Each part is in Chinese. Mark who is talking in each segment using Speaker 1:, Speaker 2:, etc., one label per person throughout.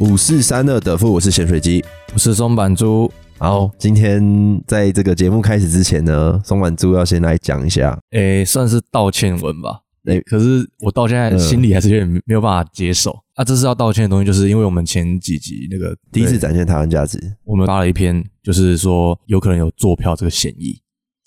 Speaker 1: 五四三二德富，我是咸水鸡。
Speaker 2: 我是松板猪。
Speaker 1: 然后今天在这个节目开始之前呢，松丸猪要先来讲一下，
Speaker 2: 诶、算是道歉文吧。
Speaker 1: 诶
Speaker 2: 可是我到现在
Speaker 1: 嗯
Speaker 2: 心里还是有点没有办法接受。啊，这是要道歉的东西，就是因为我们前几集那个
Speaker 1: 第一次
Speaker 2: 对
Speaker 1: 展现台湾价值。
Speaker 2: 我们发了一篇，就是说有可能有坐票这个嫌疑。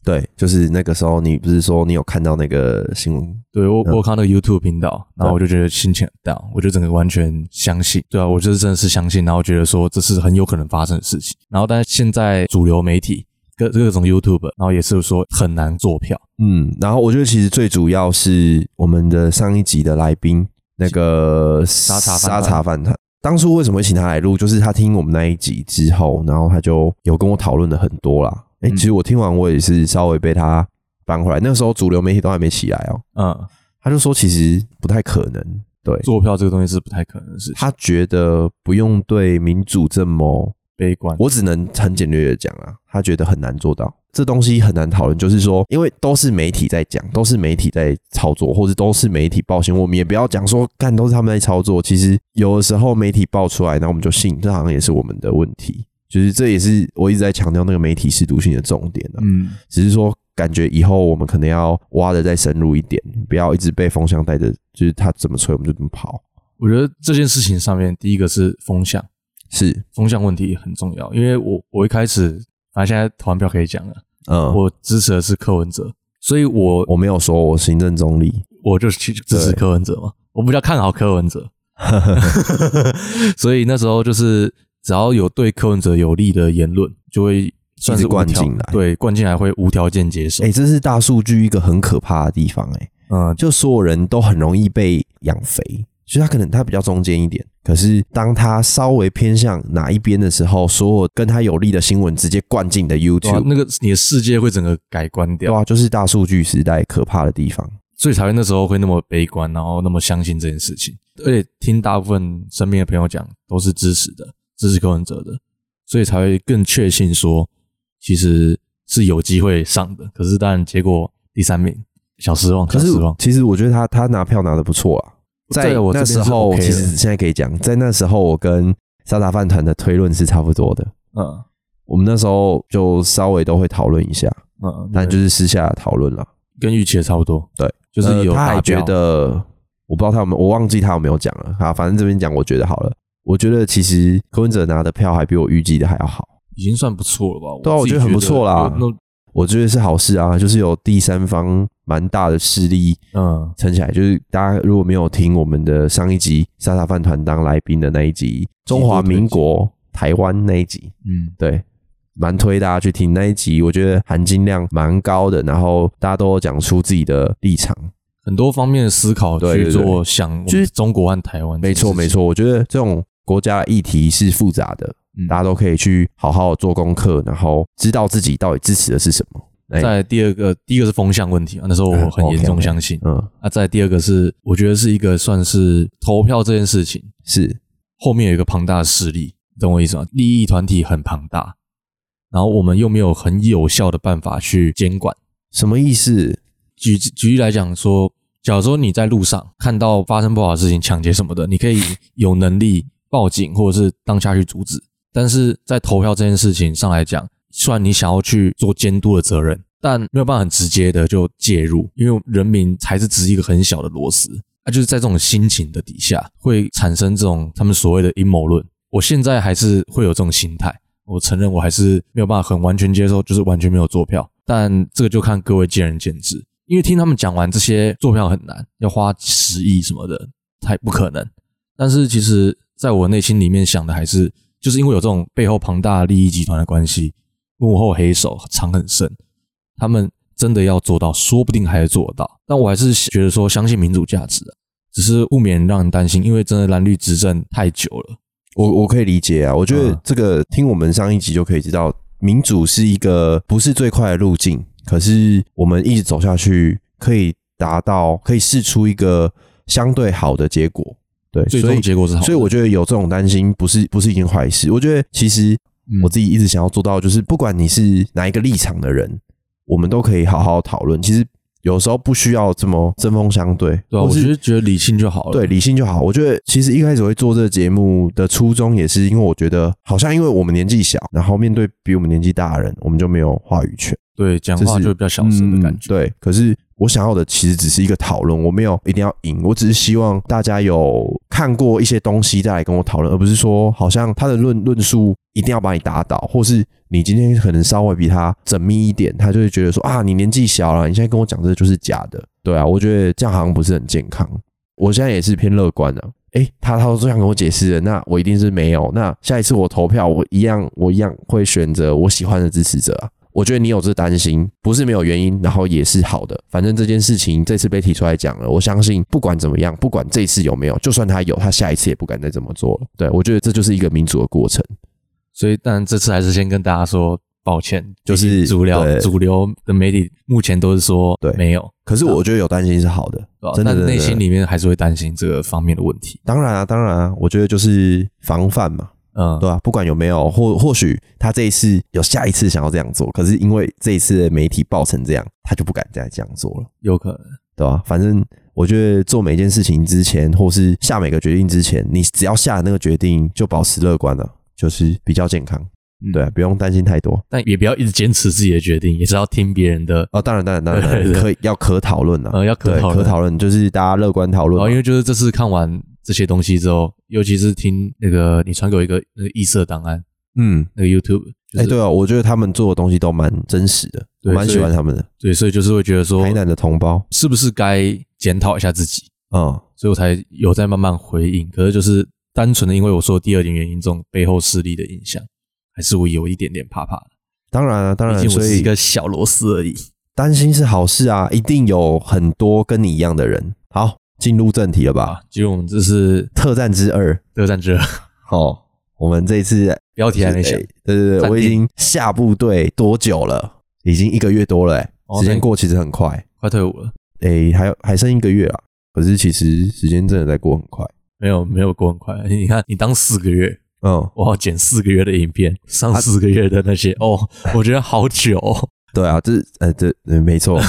Speaker 1: 对，就是那个时候你不是说你有看到那个新闻？
Speaker 2: 对我，
Speaker 1: 嗯
Speaker 2: 我有看到那个 YouTube 频道，然后我就觉得心情很 down，我就整个完全相信，对啊，我就是真的是相信，然后觉得说这是很有可能发生的事情。然后，但是现在主流媒体各各种 YouTube，然后也是说很难做票，
Speaker 1: 嗯，然后我觉得其实最主要是我们的上一集的来宾那个沙
Speaker 2: 茶饭
Speaker 1: 沙
Speaker 2: 团
Speaker 1: 茶饭团。当初为什么会请他来录？就是他听我们那一集之后，然后他就有跟我讨论了很多啦。哎、
Speaker 2: 嗯
Speaker 1: 其实我听完我也是稍微被他扳回来。那时候主流媒体都还没起来哦、
Speaker 2: 嗯，
Speaker 1: 他就说其实不太可能。对，
Speaker 2: 做票这个东西是不太可能的事情，
Speaker 1: 他觉得不用对民主这么，
Speaker 2: 悲观。
Speaker 1: 我只能很简略的讲啊，他觉得很难做到，这东西很难讨论。就是说，因为都是媒体在讲，都是媒体在操作，或者都是媒体报新闻，我们也不要讲说干都是他们在操作。其实有的时候媒体报出来，那我们就信，这好像也是我们的问题。就是这也是我一直在强调那个媒体适度性的重点啊。
Speaker 2: 嗯，
Speaker 1: 只是说感觉以后我们可能要挖的再深入一点，不要一直被风向带着，就是他怎么吹我们就怎么跑。
Speaker 2: 我觉得这件事情上面，第一个是风向，
Speaker 1: 是，
Speaker 2: 风向问题很重要，因为我我一开始，反正现在投完票可以讲了，
Speaker 1: 嗯，我
Speaker 2: 我支持的是柯文哲，所以我
Speaker 1: 我没有说我行政中立，
Speaker 2: 我就去支持柯文哲嘛，我比较看好柯文哲， 所以那时候就是只要有对柯文哲有利的言论，就会算
Speaker 1: 一直
Speaker 2: 是
Speaker 1: 灌
Speaker 2: 无条
Speaker 1: 进来
Speaker 2: 对，灌进来会无条件接受。
Speaker 1: 哎、这是大数据一个很可怕的地方、欸，
Speaker 2: 嗯，
Speaker 1: 就所有人都很容易被养肥，其实他可能他比较中间一点，可是当他稍微偏向哪一边的时候，所有跟他有利的新闻直接灌进你的
Speaker 2: 对啊
Speaker 1: YouTube，
Speaker 2: 那个你的世界会整个改观
Speaker 1: 对
Speaker 2: 掉，
Speaker 1: 啊，就是大数据时代可怕的地方。
Speaker 2: 所以才会那时候会那么悲观，然后那么相信这件事情，而且听大部分身边的朋友讲都是支持的，支持柯文哲的，所以才会更确信说其实是有机会上的。可是当然结果第三名，小失望，
Speaker 1: 可
Speaker 2: 小
Speaker 1: 是
Speaker 2: 失望。
Speaker 1: 其实我觉得他他拿票拿的不错啦，在
Speaker 2: 在我
Speaker 1: 那
Speaker 2: 这边是
Speaker 1: 时候
Speaker 2: OK 的
Speaker 1: 其实现在可以讲，在那时候我跟沙达饭团的推论是差不多的。
Speaker 2: 嗯
Speaker 1: 我们那时候就稍微都会讨论一下，
Speaker 2: 嗯，
Speaker 1: 但就是私下讨论啦。
Speaker 2: 跟预期的差不多。
Speaker 1: 对，
Speaker 2: 就是有
Speaker 1: 呃他还
Speaker 2: 达
Speaker 1: 觉
Speaker 2: 标
Speaker 1: 得，我不知道他有没有，我忘记他有没有讲了啊。反正这边讲，我觉得好了。我觉得其实柯文哲拿的票还比我预计的还要好，
Speaker 2: 已经算不错了吧？
Speaker 1: 对啊
Speaker 2: 我自己
Speaker 1: 我觉得很不错啦
Speaker 2: 有
Speaker 1: 我觉得是好事啊，就是有第三方蛮大的势力
Speaker 2: 那嗯，
Speaker 1: 撑起来。就是大家如果没有听我们的上一集沙茶饭团当来宾的那一集，中华民国台湾那一集，
Speaker 2: 嗯，
Speaker 1: 对，蛮推大家去听那一集，我觉得含金量蛮高的，然后大家都有讲出自己的立场。
Speaker 2: 很多方面的思考
Speaker 1: 对对对
Speaker 2: 去做想，
Speaker 1: 就是
Speaker 2: 中国和台湾，
Speaker 1: 没错，没，错，我觉得这种国家的议题是复杂的，
Speaker 2: 嗯
Speaker 1: 大家都可以去好好做功课，然后知道自己到底支持的是什么。哎
Speaker 2: 再来第二个，第一个是风向问题啊，那时候我很严重
Speaker 1: OK，OK
Speaker 2: 相信。
Speaker 1: 嗯，
Speaker 2: 啊，再来第二个是，我觉得是一个算是投票这件事情
Speaker 1: 是
Speaker 2: 后面有一个庞大的势力，懂我意思吗？利益团体很庞大，然后我们又没有很有效的办法去监管。
Speaker 1: 什么意思？
Speaker 2: 举举例来讲说，假如说你在路上看到发生不好的事情，抢劫什么的，你可以有能力报警或者是当下去阻止。但是在投票这件事情上来讲，虽然你想要去做监督的责任，但没有办法很直接的就介入，因为人民才是只是一个很小的螺丝。那、就是在这种心情的底下，会产生这种他们所谓的阴谋论。我现在还是会有这种心态，我承认我还是没有办法很完全接受，就是完全没有做票。但这个就看各位见仁见智，因为听他们讲完这些做票很难，要花十亿什么的，太不可能。但是其实在我内心里面想的还是，就是因为有这种背后庞大的利益集团的关系，幕后黑手藏很深，他们真的要做到，说不定还做得到。但我还是觉得说，相信民主价值啊，只是不免让人担心，因为真的蓝绿执政太久了。
Speaker 1: 我我可以理解啊，我觉得
Speaker 2: 嗯
Speaker 1: 这个听我们上一集就可以知道，民主是一个不是最快的路径，可是我们一直走下去，可以达到，可以试出一个相对好的结果。对，
Speaker 2: 最
Speaker 1: 所以
Speaker 2: 终结果是好的，
Speaker 1: 所以我觉得有这种担心不是不是一件坏事。我觉得其实
Speaker 2: 嗯
Speaker 1: 我自己一直想要做到，就是不管你是哪一个立场的人，我们都可以好好讨论。其实有时候不需要这么针锋相对，
Speaker 2: 对吧、
Speaker 1: 或
Speaker 2: 我
Speaker 1: 是
Speaker 2: 觉得觉得理性就好了。
Speaker 1: 对，理性就好。我觉得其实一开始会做这个节目的初衷，也是因为我觉得好像因为我们年纪小，然后面对比我们年纪大的人，我们就没有话语权，
Speaker 2: 对，讲
Speaker 1: 这
Speaker 2: 话
Speaker 1: 是
Speaker 2: 就比较小声的感觉。
Speaker 1: 嗯对，可是我想要的其实只是一个讨论，我没有一定要赢，我只是希望大家有看过一些东西再来跟我讨论，而不是说好像他的论论述一定要把你打倒，或是你今天可能稍微比他缜密一点，他就会觉得说啊，你年纪小了，你现在跟我讲这就是假的。对啊，我觉得这样好像不是很健康。我现在也是偏乐观的、诶，他他都这样跟我解释了，那我一定是没有。那下一次我投票，我一样我一样会选择我喜欢的支持者啊。我觉得你有这担心，不是没有原因，然后也是好的。反正这件事情这次被提出来讲了，我相信不管怎么样，不管这次有没有，就算他有，他下一次也不敢再这么做了。对我觉得这就是一个民主的过程。
Speaker 2: 所以，但这次还是先跟大家说抱歉，
Speaker 1: 就是
Speaker 2: 毕竟主
Speaker 1: 对
Speaker 2: 流主流的媒体目前都是说
Speaker 1: 对
Speaker 2: 没有，
Speaker 1: 可是我觉得有担心是好的
Speaker 2: 对吧，
Speaker 1: 真的
Speaker 2: 但
Speaker 1: 真的
Speaker 2: 内心
Speaker 1: 真的
Speaker 2: 里面还是会担心这个方面的问题。
Speaker 1: 当然啊，当然啊，我觉得就是防范嘛。
Speaker 2: 嗯，
Speaker 1: 对吧、啊不管有没有，或或许他这一次有下一次想要这样做，可是因为这一次的媒体爆成这样，他就不敢再这样做了，
Speaker 2: 有可能。
Speaker 1: 对吧、反正我觉得做每件事情之前，或是下每个决定之前，你只要下了那个决定，就保持乐观了，就是比较健康，
Speaker 2: 嗯
Speaker 1: 对啊、不用担心太多。
Speaker 2: 但也不要一直坚持自己的决定，也是要听别人的。
Speaker 1: 哦，当然，当然，当然，当然
Speaker 2: 对对
Speaker 1: 可以要可讨论了，
Speaker 2: 呃要可
Speaker 1: 对
Speaker 2: 讨论
Speaker 1: 可讨论，就是大家乐观讨
Speaker 2: 然
Speaker 1: 论
Speaker 2: 后，
Speaker 1: 嘛。
Speaker 2: 因为就是这次看完这些东西之后，尤其是听那个你传给我一个那个异色档案，
Speaker 1: 嗯，
Speaker 2: 那个 YouTube，
Speaker 1: 哎、对啊，我觉得他们做的东西都蛮真实的，我
Speaker 2: 对
Speaker 1: 蛮喜
Speaker 2: 所以
Speaker 1: 欢他们的。
Speaker 2: 对，所以就是会觉得说
Speaker 1: 台，南的同胞，
Speaker 2: 是不是该检讨一下自己？
Speaker 1: 嗯，
Speaker 2: 所以我才有在慢慢回应。可是就是单纯的因为我说第二点原因这种背后势力的影响，还是我有一点点怕怕的。
Speaker 1: 当然啊，当然，
Speaker 2: 毕竟我
Speaker 1: 所
Speaker 2: 是
Speaker 1: 以
Speaker 2: 一个小螺丝而已。
Speaker 1: 担心是好事啊，一定有很多跟你一样的人。好，进入正题了吧？
Speaker 2: 啊，结果我们这是
Speaker 1: 特战之二，
Speaker 2: 德战之二，
Speaker 1: 哦，我们这一次
Speaker 2: 标题还没想
Speaker 1: 哎，对对对，
Speaker 2: 暂定
Speaker 1: 我已经下部队多久了？已经一个月多了、哎
Speaker 2: 哦
Speaker 1: 时
Speaker 2: 那
Speaker 1: 间
Speaker 2: 你
Speaker 1: 过其实很快，
Speaker 2: 快退伍了，
Speaker 1: 哎、还有还剩一个月啊。可是其实时间真的在过很快，
Speaker 2: 没有没有过很快。你看，你当四个月，
Speaker 1: 嗯，
Speaker 2: 我要剪四个月的影片，上四个月的那些，哦，我觉得好久、哦。
Speaker 1: 对啊，这呃这呃没 错，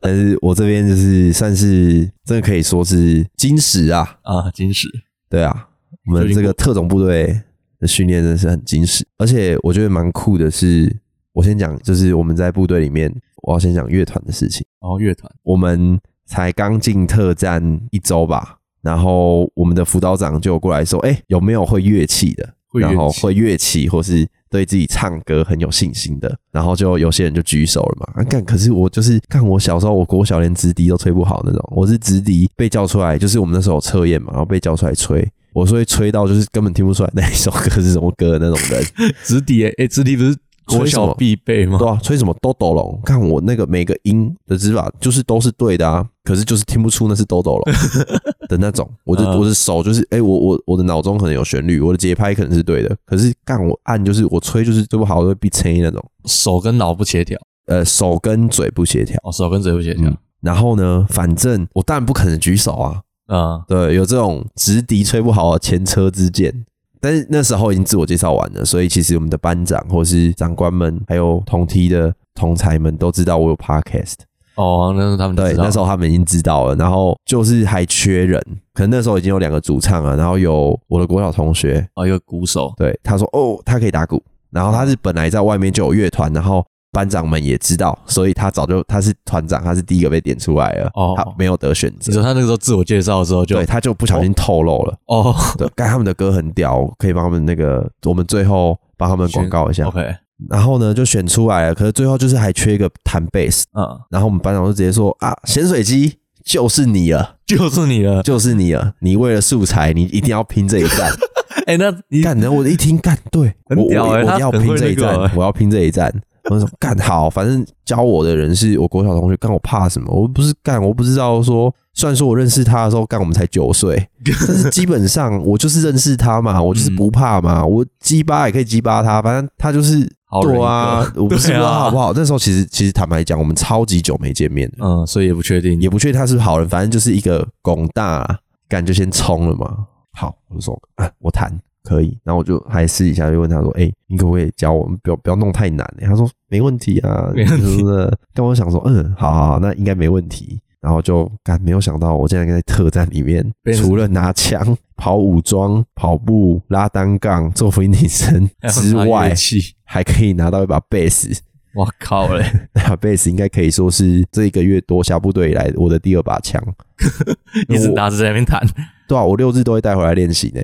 Speaker 1: 但是我这边就是算是真的可以说是金石啊，
Speaker 2: 啊，金石
Speaker 1: 对啊，我们这个特种部队的训练真的是很精实，而且我觉得蛮酷的是，我先讲，就是我们在部队里面，我要先讲乐团的事情。
Speaker 2: 然后乐团，
Speaker 1: 我们才刚进特战一周吧，然后我们的辅导长就过来说：“哎、有没有会乐器的？
Speaker 2: 会乐器
Speaker 1: 然后会乐器或是对自己唱歌很有信心的？”然后就有些人就举手了嘛。啊，干！可是我就是看我小时候，我国小连直笛都吹不好那种，我是直笛被叫出来，就是我们那时候有测验嘛，然后被叫出来吹。我是会吹到就是根本听不出来那一首歌是什么歌的那种人，
Speaker 2: 直笛、欸，哎、直笛不是国
Speaker 1: 吹什么
Speaker 2: 小必备吗？
Speaker 1: 对啊，吹什么哆哆龙，看我那个每个音的指法就是都是对的啊，可是就是听不出那是哆哆龙的那种。我的、
Speaker 2: 嗯
Speaker 1: 我的手就是，哎、我我我的脑中可能有旋律，我的节拍可能是对的，可是干我按就是我吹就是吹不好，我会被吹那种。
Speaker 2: 手跟脑不协调，
Speaker 1: 呃，手跟嘴不协调。
Speaker 2: 哦，手跟嘴不协调，
Speaker 1: 嗯然后呢，反正我当然不可能举手啊，
Speaker 2: 嗯
Speaker 1: 对，有这种直敌吹不好的前车之鉴。但是那时候已经自我介绍完了，所以其实我们的班长或是长官们，还有同梯的同才们都知道我有 podcast。
Speaker 2: 哦，那时候他们就
Speaker 1: 对
Speaker 2: 知，道
Speaker 1: 那时候他们已经知道了，然后就是还缺人，可能那时候已经有两个主唱啊了，然后有我的国小同学，
Speaker 2: 哦，一个鼓手，
Speaker 1: 对他说哦，他可以打鼓，然后他是本来在外面就有乐团，然后班长们也知道，所以他早就他是团长，他是第一个被点出来了，
Speaker 2: 哦
Speaker 1: 他没有得选
Speaker 2: 你说
Speaker 1: 择，
Speaker 2: 他那个时候自我介绍的时候就
Speaker 1: 对，他就不小心透露了，
Speaker 2: 哦
Speaker 1: 对，但他们的歌很屌，可以帮他们那个，我们最后帮他们广告一下，
Speaker 2: ，OK，
Speaker 1: 然后呢就选出来了，可是最后就是还缺一个弹贝斯，
Speaker 2: 嗯，
Speaker 1: 然后我们班长就直接说啊，咸水鸡就是你了。
Speaker 2: 就是你了。
Speaker 1: 就是你了，你为了素材，你一定要拼这一战。
Speaker 2: 哎、那 你
Speaker 1: 干，然后我一听干，对我
Speaker 2: 很
Speaker 1: 我
Speaker 2: 屌
Speaker 1: 我
Speaker 2: 欸他
Speaker 1: 要
Speaker 2: 很
Speaker 1: 拼
Speaker 2: 会
Speaker 1: 这一
Speaker 2: 那个
Speaker 1: 战，
Speaker 2: 欸
Speaker 1: 我要拼这一战。我就说干好，反正教我的人是我国小同学，干我怕什么？我不是干，我不知道说，虽然说我认识他的时候，干我们才九 岁，但是基本上我就是认识他嘛，我就是不怕嘛，我鸡巴也可以鸡巴他，反正他就是
Speaker 2: 好人一
Speaker 1: 对
Speaker 2: 个
Speaker 1: 啊，我不是
Speaker 2: 对
Speaker 1: 不知
Speaker 2: 啊
Speaker 1: 道他好不好。那时候其实其实坦白讲，我们超级久没见面了，
Speaker 2: 嗯，所以也不确定，
Speaker 1: 也不确定他是不是好人，反正就是一个拱大，感觉先冲了嘛。好，我就说，啊、我弹，可以。然后我就还私底下就问他说：“哎、你可不可以教我们？不要不要弄太难、欸。”他说：“没问题啊，
Speaker 2: 没问题
Speaker 1: 什么的。” 但我想说：“嗯，好好好，那应该没问题。”然后就干，没有想到我竟然在特战里面
Speaker 2: 被，人
Speaker 1: 除了拿枪、跑武装、跑步、拉单杠、做俯卧撑之外
Speaker 2: 乐，器，
Speaker 1: 还可以拿到一把贝斯。
Speaker 2: 我靠 嘞！
Speaker 1: 那把贝斯应该可以说是这一个月多小部队以来我的第二把枪。
Speaker 2: 一直
Speaker 1: 我
Speaker 2: 打着在那边弹，
Speaker 1: 对啊，我六日都会带回来练习呢。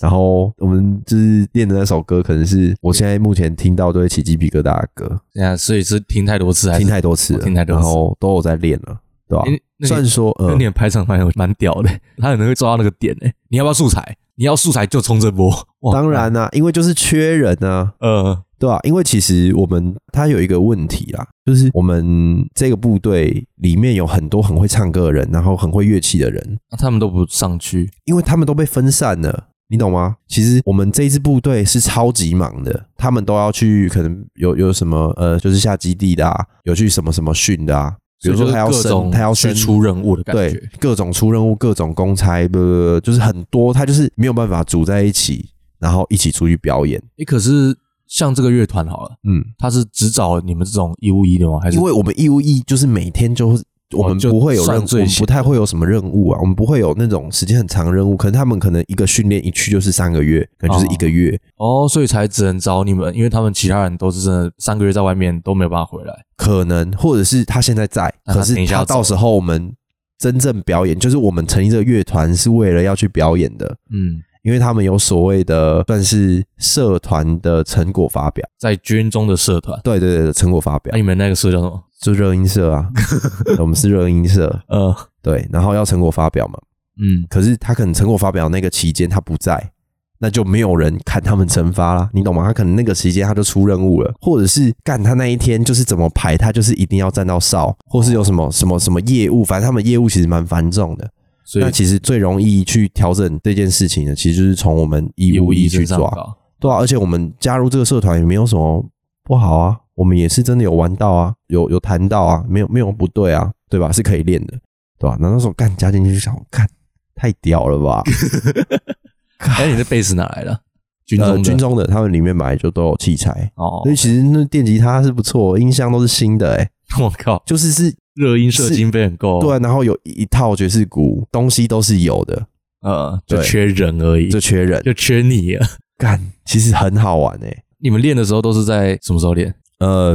Speaker 1: 然后我们就是练的那首歌，可能是我现在目前听到都会起鸡皮疙瘩的歌，
Speaker 2: 对啊，所以是听太多次还是
Speaker 1: 听太多次了，
Speaker 2: 听太多
Speaker 1: 然
Speaker 2: 次
Speaker 1: 后都有在练了，对吧、
Speaker 2: 诶那你
Speaker 1: 虽然说
Speaker 2: 那
Speaker 1: 呃，
Speaker 2: 你的排场蛮有蛮屌的，他可能会抓到那个点诶。你要不要素材？你要素材就冲这波。哇
Speaker 1: 当，然啦、因为就是缺人啊，
Speaker 2: 呃，
Speaker 1: 对吧、因为其实我们它有一个问题啦，就是我们这个部队里面有很多很会唱歌的人，然后很会乐器的人，
Speaker 2: 那他们都不上去，
Speaker 1: 因为他们都被分散了，你懂吗？其实我们这一支部队是超级忙的，他们都要去，可能有有什么呃，就是下基地的啊，有去什么什么训的啊，比如说他要
Speaker 2: 所以就是各
Speaker 1: 升，
Speaker 2: 种
Speaker 1: 他要
Speaker 2: 去
Speaker 1: 升
Speaker 2: 出任务的感
Speaker 1: 对
Speaker 2: 觉。
Speaker 1: 各种出任务，各种公差，不不不不，就是很多，他就是没有办法组在一起，然后一起出去表演。
Speaker 2: 诶，可是像这个乐团好了，
Speaker 1: 嗯，
Speaker 2: 他是只找你们这种一五一的吗？还是哦
Speaker 1: 因为我们义务役就是每天就是。我们
Speaker 2: 就
Speaker 1: 不会有任
Speaker 2: 算
Speaker 1: 务，
Speaker 2: 最
Speaker 1: 我们
Speaker 2: 闲
Speaker 1: 不太会有什么任务啊，我们不会有那种时间很长的任务。可能他们可能一个训练一去就是三个月，可能就是一个月，
Speaker 2: 哦，所以才只能找你们，因为他们其他人都是真的三个月在外面都没有办法回来。
Speaker 1: 可能，或者是他现在在，
Speaker 2: 那他
Speaker 1: 可是
Speaker 2: 等一下
Speaker 1: 他
Speaker 2: 要走
Speaker 1: 到时候我们真正表演，就是我们成立这个乐团是为了要去表演的，
Speaker 2: 嗯，
Speaker 1: 因为他们有所谓的算是社团的成果发表，
Speaker 2: 在军中的社团，
Speaker 1: 对对对，成果发表
Speaker 2: 那、你们那个社叫什么？
Speaker 1: 就热音社 啊，我们是热音社，
Speaker 2: 呃，
Speaker 1: 对，然后要成果发表嘛，
Speaker 2: 嗯，
Speaker 1: 可是他可能成果发表那个期间他不在，那就没有人看他们惩罚啦，你懂吗？他可能那个期间他就出任务了，或者是干他那一天就是怎么排，他就是一定要站到哨，或是有什么什么什么业务，反正他们业务其实蛮繁重的。
Speaker 2: 所以
Speaker 1: 那其实最容易去调整这件事情的，其实就是从我们义
Speaker 2: 一
Speaker 1: 务
Speaker 2: 五
Speaker 1: 役
Speaker 2: 一
Speaker 1: 去
Speaker 2: 身上
Speaker 1: 抓，
Speaker 2: 搞。
Speaker 1: 对啊，而且我们加入这个社团也没有什么不好啊，我们也是真的有玩到啊，有有谈到啊，没有没有不对啊，对吧？是可以练的，对吧、那那时候干加进去就想，干太屌了 吧？呃
Speaker 2: 哎、你的贝斯哪来的？军中的、
Speaker 1: 呃，军中的他们里面买就都有器材，
Speaker 2: 哦
Speaker 1: 所，以其实那电吉他是不错，音箱都是新的、欸，哎，
Speaker 2: 我靠，
Speaker 1: 就是是
Speaker 2: 热音社经费很够。
Speaker 1: 对啊、，然后有一套爵士鼓，东西都是有的，
Speaker 2: 呃，就
Speaker 1: 对
Speaker 2: 缺人而已，
Speaker 1: 就
Speaker 2: 就
Speaker 1: 缺人
Speaker 2: 就缺你了。
Speaker 1: 干，其实很好玩哎、
Speaker 2: 你们练的时候都是在什么时候练？
Speaker 1: 呃，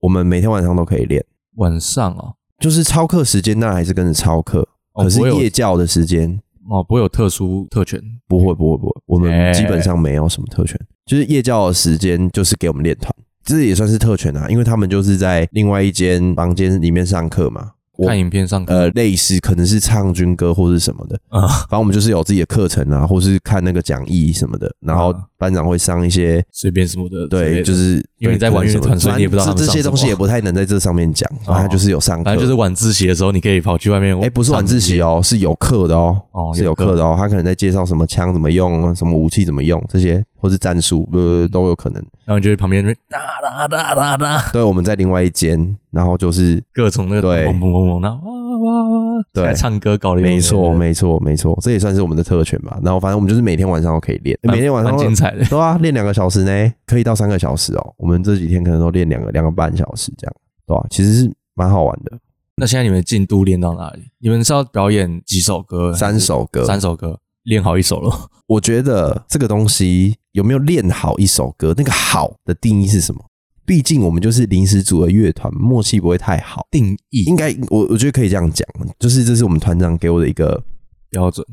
Speaker 1: 我们每天晚上都可以练。
Speaker 2: 晚上哦，
Speaker 1: 就是操课时间，那还是跟着操课。
Speaker 2: 哦
Speaker 1: 可是
Speaker 2: 不会有
Speaker 1: 夜教的时间，
Speaker 2: 哦，不会有特殊特权。
Speaker 1: 不会不会不会，我
Speaker 2: 哎
Speaker 1: 们基本上没有什么特权。就是夜教的时间，就是给我们练团，这也算是特权啊，因为他们就是在另外一间房间里面上课嘛。我
Speaker 2: 看影片上课，
Speaker 1: 呃，类似可能是唱军歌或是什么的，
Speaker 2: 啊
Speaker 1: 反正我们就是有自己的课程啊，或是看那个讲义什么的，然后
Speaker 2: 啊
Speaker 1: 班长会上一些。
Speaker 2: 随便什么的之类
Speaker 1: 对，
Speaker 2: 的，
Speaker 1: 就是
Speaker 2: 因为你在玩乐团
Speaker 1: 对可能什么
Speaker 2: 所以你也不知道他们
Speaker 1: 这这
Speaker 2: 上
Speaker 1: 些
Speaker 2: 什么哦
Speaker 1: 东西也不太能在这上面讲，反正他就是有上课，
Speaker 2: 反正就是晚自习的时候，你可以跑去外面。
Speaker 1: 哎、不是晚自习，哦，是有课的哦，
Speaker 2: 哦
Speaker 1: 是有课的哦。他可能在介绍什么枪怎么用，什么武器怎么用，这些或是战术，
Speaker 2: 嗯
Speaker 1: 呃，都有可能。
Speaker 2: 然后你就去旁边那边哒哒哒哒哒，
Speaker 1: 对，我们在另外一间，然后就是
Speaker 2: 各种那个
Speaker 1: 对
Speaker 2: 嘣嘣嘣嘣，然后哇哇哇，
Speaker 1: 对
Speaker 2: 在唱歌搞的
Speaker 1: 没错，没错，没错，这也算是我们的特权吧。然后反正我们就是每天晚上都可以练，每天晚上
Speaker 2: 蛮
Speaker 1: 都
Speaker 2: 精彩的。
Speaker 1: 对啊，练两个小时呢，可以到三个小时哦。我们这几天可能都练两个两个半小时这样，对吧、啊其实是蛮好玩的，
Speaker 2: 那现在你们的进度练到哪里？你们是要表演几首歌？
Speaker 1: 三首歌，
Speaker 2: 三首歌，练好一首了。
Speaker 1: 我觉得这个东西有没有练好一首歌，那个好的定义是什么？毕竟我们就是临时组的乐团，默契不会太好。
Speaker 2: 定义
Speaker 1: 应该我我觉得可以这样讲，就是这是我们团长给我的一个
Speaker 2: 标准，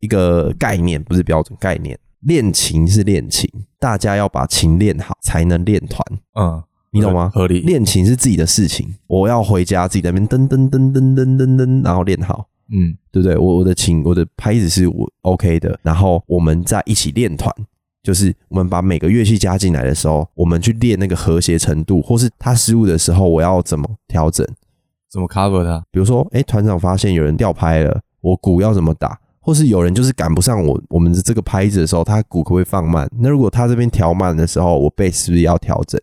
Speaker 1: 一个概念，不是标准概念。练琴是练琴，大家要把琴练好才能练团，
Speaker 2: 嗯，
Speaker 1: 你懂吗？
Speaker 2: 合理。
Speaker 1: 练琴是自己的事情，我要回家自己在那边噔噔噔噔噔噔噔，然后练好。
Speaker 2: 嗯，
Speaker 1: 对不对？我我的琴，我的拍子是我 OK 的，然后我们在一起练团，就是我们把每个乐器加进来的时候，我们去练那个和谐程度，或是他失误的时候，我要怎么调整？
Speaker 2: 怎么 cover 它？
Speaker 1: 比如说，哎，团长发现有人掉拍了，我鼓要怎么打？或是有人就是赶不上我我们的这个拍子的时候，他鼓可不可以放慢？那如果他这边调慢的时候，我背是不是要调整？